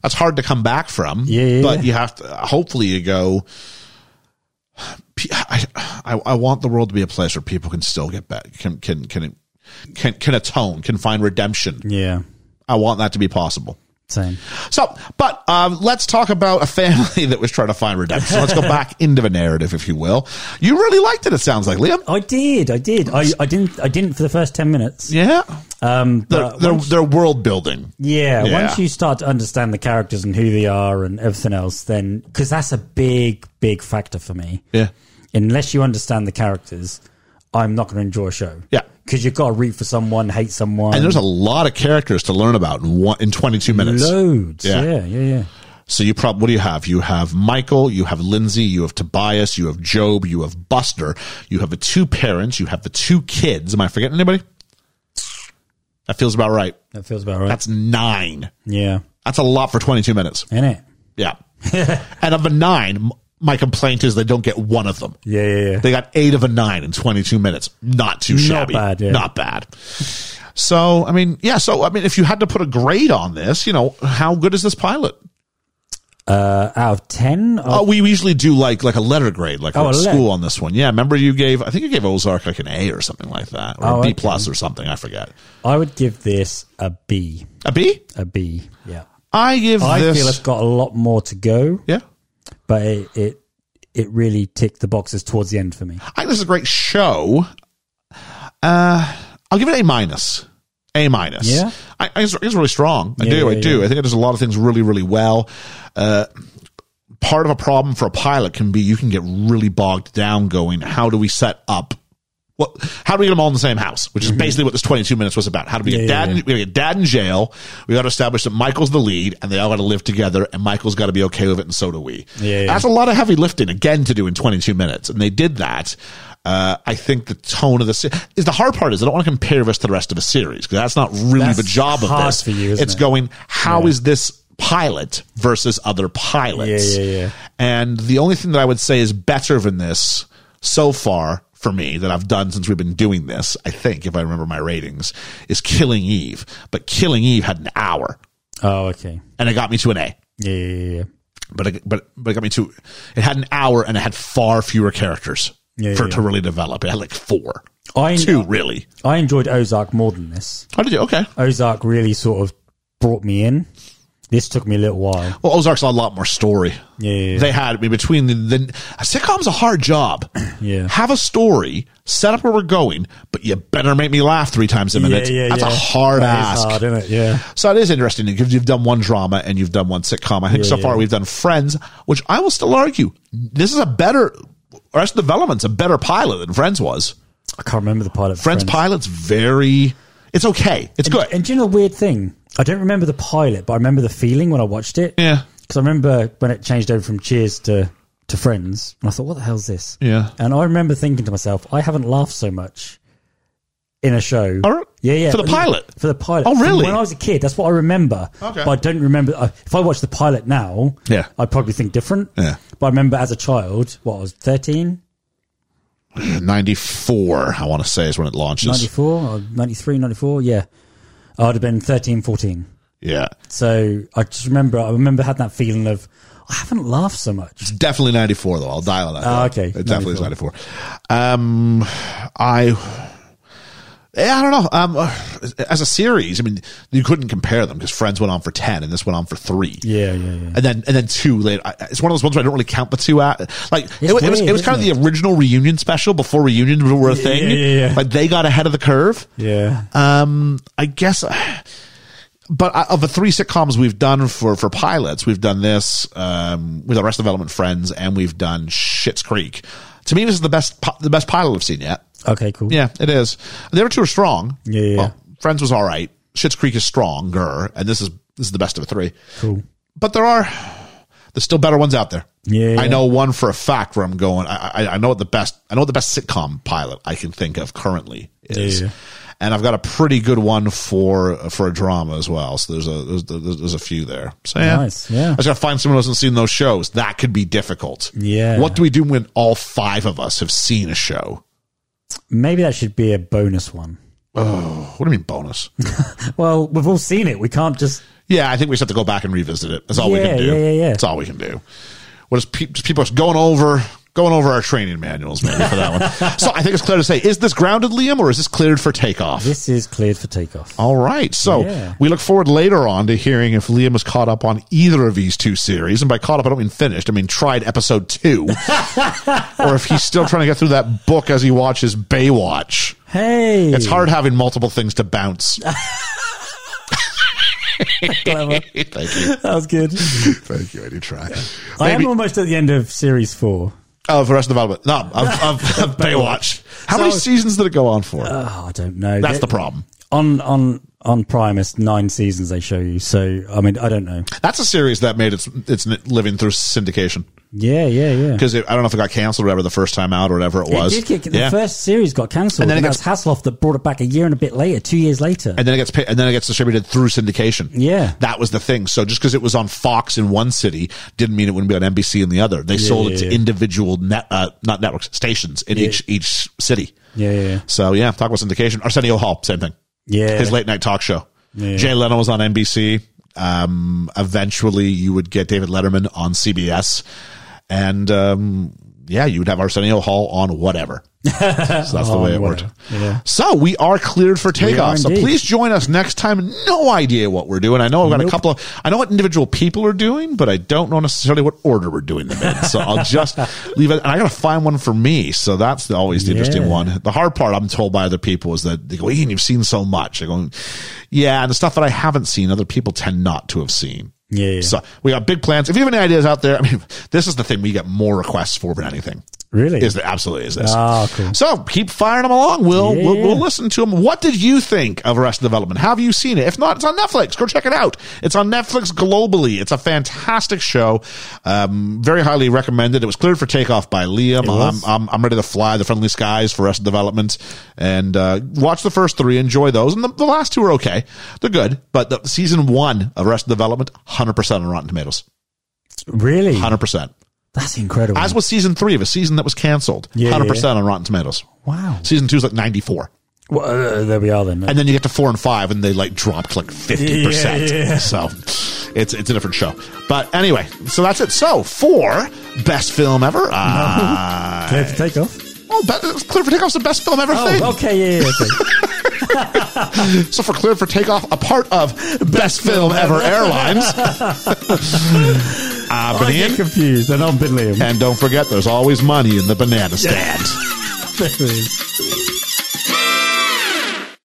[SPEAKER 1] that's hard to come back from.
[SPEAKER 3] Yeah, yeah,
[SPEAKER 1] But
[SPEAKER 3] yeah.
[SPEAKER 1] you have to, hopefully you go, P- I, I, I want the world to be a place where people can still get back, can, can, can, can, can atone, can find redemption.
[SPEAKER 3] Yeah.
[SPEAKER 1] I want that to be possible.
[SPEAKER 3] Same.
[SPEAKER 1] So, but um, let's talk about a family that was trying to find redemption. Let's go back into the narrative, if you will. You really liked it, it sounds like, Liam.
[SPEAKER 3] I did. I did. I, I didn't. I didn't for the first ten minutes.
[SPEAKER 1] Yeah.
[SPEAKER 3] Um,
[SPEAKER 1] They're,
[SPEAKER 3] but
[SPEAKER 1] they're,
[SPEAKER 3] once-
[SPEAKER 1] they're world building.
[SPEAKER 3] yeah,
[SPEAKER 1] Yeah.
[SPEAKER 3] Once you start to understand the characters and who they are and everything else, then because that's a big, big factor for me.
[SPEAKER 1] Yeah.
[SPEAKER 3] Unless you understand the characters, I'm not going to enjoy a show.
[SPEAKER 1] Yeah.
[SPEAKER 3] Because you've got to root for someone, hate someone.
[SPEAKER 1] And there's a lot of characters to learn about in, one, in 22 minutes.
[SPEAKER 3] loads.
[SPEAKER 1] Yeah.
[SPEAKER 3] Yeah. Yeah. Yeah.
[SPEAKER 1] So you probably, what do you have? You have Michael, you have Lindsay, you have Tobias, you have Job, you have Buster, you have the two parents, you have the two kids. Am I forgetting anybody? That feels about right.
[SPEAKER 3] That feels about right.
[SPEAKER 1] That's nine.
[SPEAKER 3] yeah.
[SPEAKER 1] That's a lot for 22 minutes.
[SPEAKER 3] In it.
[SPEAKER 1] Yeah. and of the nine, m- my complaint is they don't get one of them.
[SPEAKER 3] Yeah. Yeah. Yeah.
[SPEAKER 1] They got eight of a nine in 22 minutes. Not too shabby.
[SPEAKER 3] bad, yeah.
[SPEAKER 1] Not bad. So, I mean, yeah. So, I mean, if you had to put a grade on this, you know, how good is this pilot?
[SPEAKER 3] uh, out of ten,
[SPEAKER 1] Oh, we usually do like like a letter grade, like
[SPEAKER 3] Oh,
[SPEAKER 1] we're at
[SPEAKER 3] a letter.
[SPEAKER 1] school on this one. Yeah, remember you gave? I think you gave Ozark like an A or something like that, or
[SPEAKER 3] Oh,
[SPEAKER 1] a B
[SPEAKER 3] okay.
[SPEAKER 1] plus or something. I forget.
[SPEAKER 3] I would give this a B.
[SPEAKER 1] A B?
[SPEAKER 3] A B. Yeah.
[SPEAKER 1] I give
[SPEAKER 3] I
[SPEAKER 1] this.
[SPEAKER 3] feel it's got a lot more to go,
[SPEAKER 1] yeah,
[SPEAKER 3] but it, it it really ticked the boxes towards the end for me.
[SPEAKER 1] I think this is a great show. Uh, I'll give it A minus. A minus.
[SPEAKER 3] Yeah?
[SPEAKER 1] I, I think it's really strong. I
[SPEAKER 3] Yeah,
[SPEAKER 1] do. I
[SPEAKER 3] yeah,
[SPEAKER 1] do.
[SPEAKER 3] yeah.
[SPEAKER 1] I think it does a lot of things really, really well. Uh, part of a problem for a pilot can be you can get really bogged down going, how do we set up? What, how do we get them all in the same house? Which is basically what this 22 minutes was about. How do we get
[SPEAKER 3] Mm-hmm. Yeah,
[SPEAKER 1] dad?
[SPEAKER 3] yeah,
[SPEAKER 1] in- We get dad in jail. We got to establish that Michael's the lead, and they all got to live together. And Michael's got to be okay with it, and so do we.
[SPEAKER 3] Yeah, yeah.
[SPEAKER 1] That's a lot of heavy lifting again to do in 22 minutes, and they did that. Uh, I think the tone of the se- is the hard part is I don't want to compare this to the rest of the series because that's not really
[SPEAKER 3] That's
[SPEAKER 1] the job of
[SPEAKER 3] hard
[SPEAKER 1] this.
[SPEAKER 3] for you, isn't
[SPEAKER 1] it's
[SPEAKER 3] it?
[SPEAKER 1] going how is this pilot versus other pilots?
[SPEAKER 3] Yeah, yeah, yeah.
[SPEAKER 1] And the only thing that I would say is better than this so far for me that I've done since we've been doing this, I think if I remember my ratings, is Killing Eve. But Killing Eve had an hour
[SPEAKER 3] Oh, okay.
[SPEAKER 1] and it got me to an A
[SPEAKER 3] Yeah, yeah, yeah.
[SPEAKER 1] but it, but but it got me to it had an hour and it had far fewer characters
[SPEAKER 3] Yeah,
[SPEAKER 1] for it
[SPEAKER 3] yeah.
[SPEAKER 1] to really develop. It had like four,
[SPEAKER 3] yeah. I
[SPEAKER 1] two really.
[SPEAKER 3] I enjoyed Ozark more than this.
[SPEAKER 1] How did you? Okay.
[SPEAKER 3] Ozark really sort of brought me in. This took me a little while.
[SPEAKER 1] Well, Ozark's a lot more story.
[SPEAKER 3] Yeah, yeah,
[SPEAKER 1] They had I mean, between the, the a sitcom's a hard job.
[SPEAKER 3] Yeah.
[SPEAKER 1] Have a story, set up where we're going, but you better make me laugh three times a minute. That's a hard
[SPEAKER 3] That is
[SPEAKER 1] ask.
[SPEAKER 3] hard, isn't it? Yeah.
[SPEAKER 1] So it is interesting because you've done one drama and you've done one sitcom. I think so far we've done Friends, which I will still argue this is a better. Arrested Development's a better pilot than Friends was.
[SPEAKER 3] I can't remember the pilot. for
[SPEAKER 1] Friends,
[SPEAKER 3] Friends.
[SPEAKER 1] pilot's very. It's okay. It's good.
[SPEAKER 3] And do you know the weird thing? I don't remember the pilot, but I remember the feeling when I watched it.
[SPEAKER 1] yeah.
[SPEAKER 3] Because I remember when it changed over from Cheers to, to Friends, and I thought, what the hell's this?
[SPEAKER 1] Yeah.
[SPEAKER 3] And I remember thinking to myself, I haven't laughed so much in a show.
[SPEAKER 1] Oh, re-
[SPEAKER 3] yeah, yeah.
[SPEAKER 1] for the pilot?
[SPEAKER 3] For the pilot.
[SPEAKER 1] Oh,
[SPEAKER 3] From
[SPEAKER 1] really?
[SPEAKER 3] When I was a kid, that's what I remember.
[SPEAKER 1] Okay.
[SPEAKER 3] But I don't remember. I- If I watch the pilot now,
[SPEAKER 1] Yeah.
[SPEAKER 3] I'd probably think different.
[SPEAKER 1] Yeah.
[SPEAKER 3] But I remember as a child, what I was 13,
[SPEAKER 1] 94, I want to say, is when it launches.
[SPEAKER 3] 94, or 93, 94. uh, Yeah. I'd have been 13, 14.
[SPEAKER 1] Yeah.
[SPEAKER 3] So I just remember, I remember had that feeling of, I haven't laughed so much.
[SPEAKER 1] It's definitely 94, though. I'll dial on that.
[SPEAKER 3] Ah, okay.
[SPEAKER 1] It definitely is 94. Um, I. Yeah, I don't know. Um, as a series, I mean, you couldn't compare them because Friends went on for ten and this went on for three.
[SPEAKER 3] Yeah, yeah, yeah.
[SPEAKER 1] and then and then two later. I- It's one of those ones where I don't really count the two out. Like it, was- it was
[SPEAKER 3] weird,
[SPEAKER 1] it was kind of
[SPEAKER 3] isn't
[SPEAKER 1] the original reunion special before reunions were a thing.
[SPEAKER 3] yeah, yeah, yeah.
[SPEAKER 1] Like they got ahead of the curve.
[SPEAKER 3] Yeah.
[SPEAKER 1] Um, I guess, but I- of the three sitcoms we've done for for pilots, we've done this um, with Arrested Development, Friends, and we've done Shit's Creek. To me, this is the best pi- the best pilot I've seen yet.
[SPEAKER 3] Okay, cool.
[SPEAKER 1] Yeah, it is. The other two are strong.
[SPEAKER 3] Yeah, yeah,
[SPEAKER 1] Well, Friends was all right. Shit's Creek is stronger, and this is this is the best of the three.
[SPEAKER 3] Cool.
[SPEAKER 1] But there are there's still better ones out there.
[SPEAKER 3] Yeah.
[SPEAKER 1] I know one for a fact where I'm going. I, I, I know what the best. I know what the best sitcom pilot I can think of currently is,
[SPEAKER 3] Yeah.
[SPEAKER 1] and I've got a pretty good one for for a drama as well. So there's a there's, there's, there's a few there. So yeah,
[SPEAKER 3] Nice, yeah.
[SPEAKER 1] I just gotta find someone who hasn't seen those shows. That could be difficult.
[SPEAKER 3] Yeah.
[SPEAKER 1] What do we do when all five of us have seen a show?
[SPEAKER 3] Maybe that should be a bonus one.
[SPEAKER 1] Oh, what do you mean bonus?
[SPEAKER 3] Well, we've all seen it. We can't just.
[SPEAKER 1] yeah, I think we just have to go back and revisit it. That's all we can
[SPEAKER 3] Yeah,
[SPEAKER 1] do.
[SPEAKER 3] yeah, yeah, yeah.
[SPEAKER 1] That's all we can do. What is pe- just people just going over going over our training manuals maybe for that one. So I think it's clear to say, is this grounded, Liam, or is this cleared for takeoff?
[SPEAKER 3] This is cleared for takeoff.
[SPEAKER 1] All right. So
[SPEAKER 3] Yeah.
[SPEAKER 1] we look forward later on to hearing if Liam was caught up on either of these two series. And by caught up, I don't mean finished. I mean tried episode two. or if he's still trying to get through that book as he watches Baywatch.
[SPEAKER 3] Hey,
[SPEAKER 1] It's hard having multiple things to bounce.
[SPEAKER 3] Clever.
[SPEAKER 1] Thank you.
[SPEAKER 3] That was good.
[SPEAKER 1] Thank you. I did try.
[SPEAKER 3] I am
[SPEAKER 1] Maybe-
[SPEAKER 3] almost at the end of series four.
[SPEAKER 1] Oh, for rest of development. No, of, of, of Baywatch. How many
[SPEAKER 3] So-
[SPEAKER 1] seasons did it go on for?
[SPEAKER 3] Oh, I don't know.
[SPEAKER 1] That's
[SPEAKER 3] They-
[SPEAKER 1] the problem.
[SPEAKER 3] on on on Primus nine seasons they show you. So I mean, I don't know.
[SPEAKER 1] That's a series that made its its living through syndication
[SPEAKER 3] Yeah, yeah, yeah.
[SPEAKER 1] because I don't know if it got canceled or whatever the first time out or whatever it was.
[SPEAKER 3] It did get, the
[SPEAKER 1] yeah.
[SPEAKER 3] first series got
[SPEAKER 1] And
[SPEAKER 3] cancelled, and
[SPEAKER 1] then
[SPEAKER 3] then
[SPEAKER 1] it
[SPEAKER 3] that's Hasselhoff that brought it back a year and a bit later, two years later.
[SPEAKER 1] and then it gets pa- and then it gets distributed through syndication.
[SPEAKER 3] Yeah.
[SPEAKER 1] that was the thing. So just because it was on Fox in one city didn't mean it wouldn't be on NBC in the other. They sold it
[SPEAKER 3] yeah,
[SPEAKER 1] to
[SPEAKER 3] yeah.
[SPEAKER 1] individual net uh, not networks stations in each each city.
[SPEAKER 3] Yeah, yeah, yeah.
[SPEAKER 1] So yeah, talk about syndication. Arsenio Hall, same thing.
[SPEAKER 3] Yeah.
[SPEAKER 1] his late night talk show.
[SPEAKER 3] Yeah.
[SPEAKER 1] Jay Leno was on NBC. Um, eventually, you would get David Letterman on CBS, and um, yeah, you would have Arsenio Hall on whatever. So that's the way it
[SPEAKER 3] what
[SPEAKER 1] worked.
[SPEAKER 3] a- Oh, yeah.
[SPEAKER 1] So we are cleared for takeoff.
[SPEAKER 3] are
[SPEAKER 1] So
[SPEAKER 3] indeed.
[SPEAKER 1] please join us next time. No idea what we're doing. I know I've got a
[SPEAKER 3] Nope.
[SPEAKER 1] couple of, I know what individual people are doing, but I don't know necessarily what order we're doing them in. So I'll just leave it. And I got to find one for me. So that's the, always the interesting
[SPEAKER 3] Yeah.
[SPEAKER 1] one. The hard part I'm told by other people is that they go, Ian, you've seen so much. I go, yeah. And the stuff that I haven't seen, other people tend not to have seen.
[SPEAKER 3] Yeah, yeah.
[SPEAKER 1] So we got big plans. If you have any ideas out there, I mean, this is the thing we get more requests for than anything.
[SPEAKER 3] Really?
[SPEAKER 1] Is that absolutely is this?
[SPEAKER 3] Ah, cool.
[SPEAKER 1] So keep firing them along. We'll, we'll
[SPEAKER 3] Yeah.
[SPEAKER 1] we'll listen to them. What did you think of Arrested Development? Have you seen it? If not, it's on Netflix. Go check it out. It's on Netflix globally. It's a fantastic show. Um, very highly recommended. It was cleared for takeoff by Liam. I'm,
[SPEAKER 3] was.
[SPEAKER 1] I'm, I'm ready to fly the friendly skies for Arrested Development and uh, watch the first three. Enjoy those, and the, the last two are okay. They're good, but the season one of Arrested Development, hundred percent on Rotten Tomatoes,
[SPEAKER 3] really?
[SPEAKER 1] hundred percent.
[SPEAKER 3] That's incredible.
[SPEAKER 1] As was season three of a season that was canceled,
[SPEAKER 3] Yeah,
[SPEAKER 1] hundred
[SPEAKER 3] yeah,
[SPEAKER 1] percent on Rotten Tomatoes.
[SPEAKER 3] wow.
[SPEAKER 1] Season two is like 94.
[SPEAKER 3] Well, uh, there we are then.
[SPEAKER 1] And then you get to four and five and they like dropped like 50%.
[SPEAKER 3] Yeah, yeah.
[SPEAKER 1] So it's, it's a different show. But anyway, so that's it. So for best film ever, uh,
[SPEAKER 3] Clear for takeoff.
[SPEAKER 1] oh, be- Clear for Takeoff's the best film ever thing.
[SPEAKER 3] Oh, okay, yeah, yeah, okay.
[SPEAKER 1] So for Clear for Takeoff, a part of Best Film Ever Airlines. Uh, I've
[SPEAKER 3] I
[SPEAKER 1] been
[SPEAKER 3] get
[SPEAKER 1] Ian.
[SPEAKER 3] confused, and I've been Liam.
[SPEAKER 1] And don't forget, there's always money in the banana stand.
[SPEAKER 3] There it is.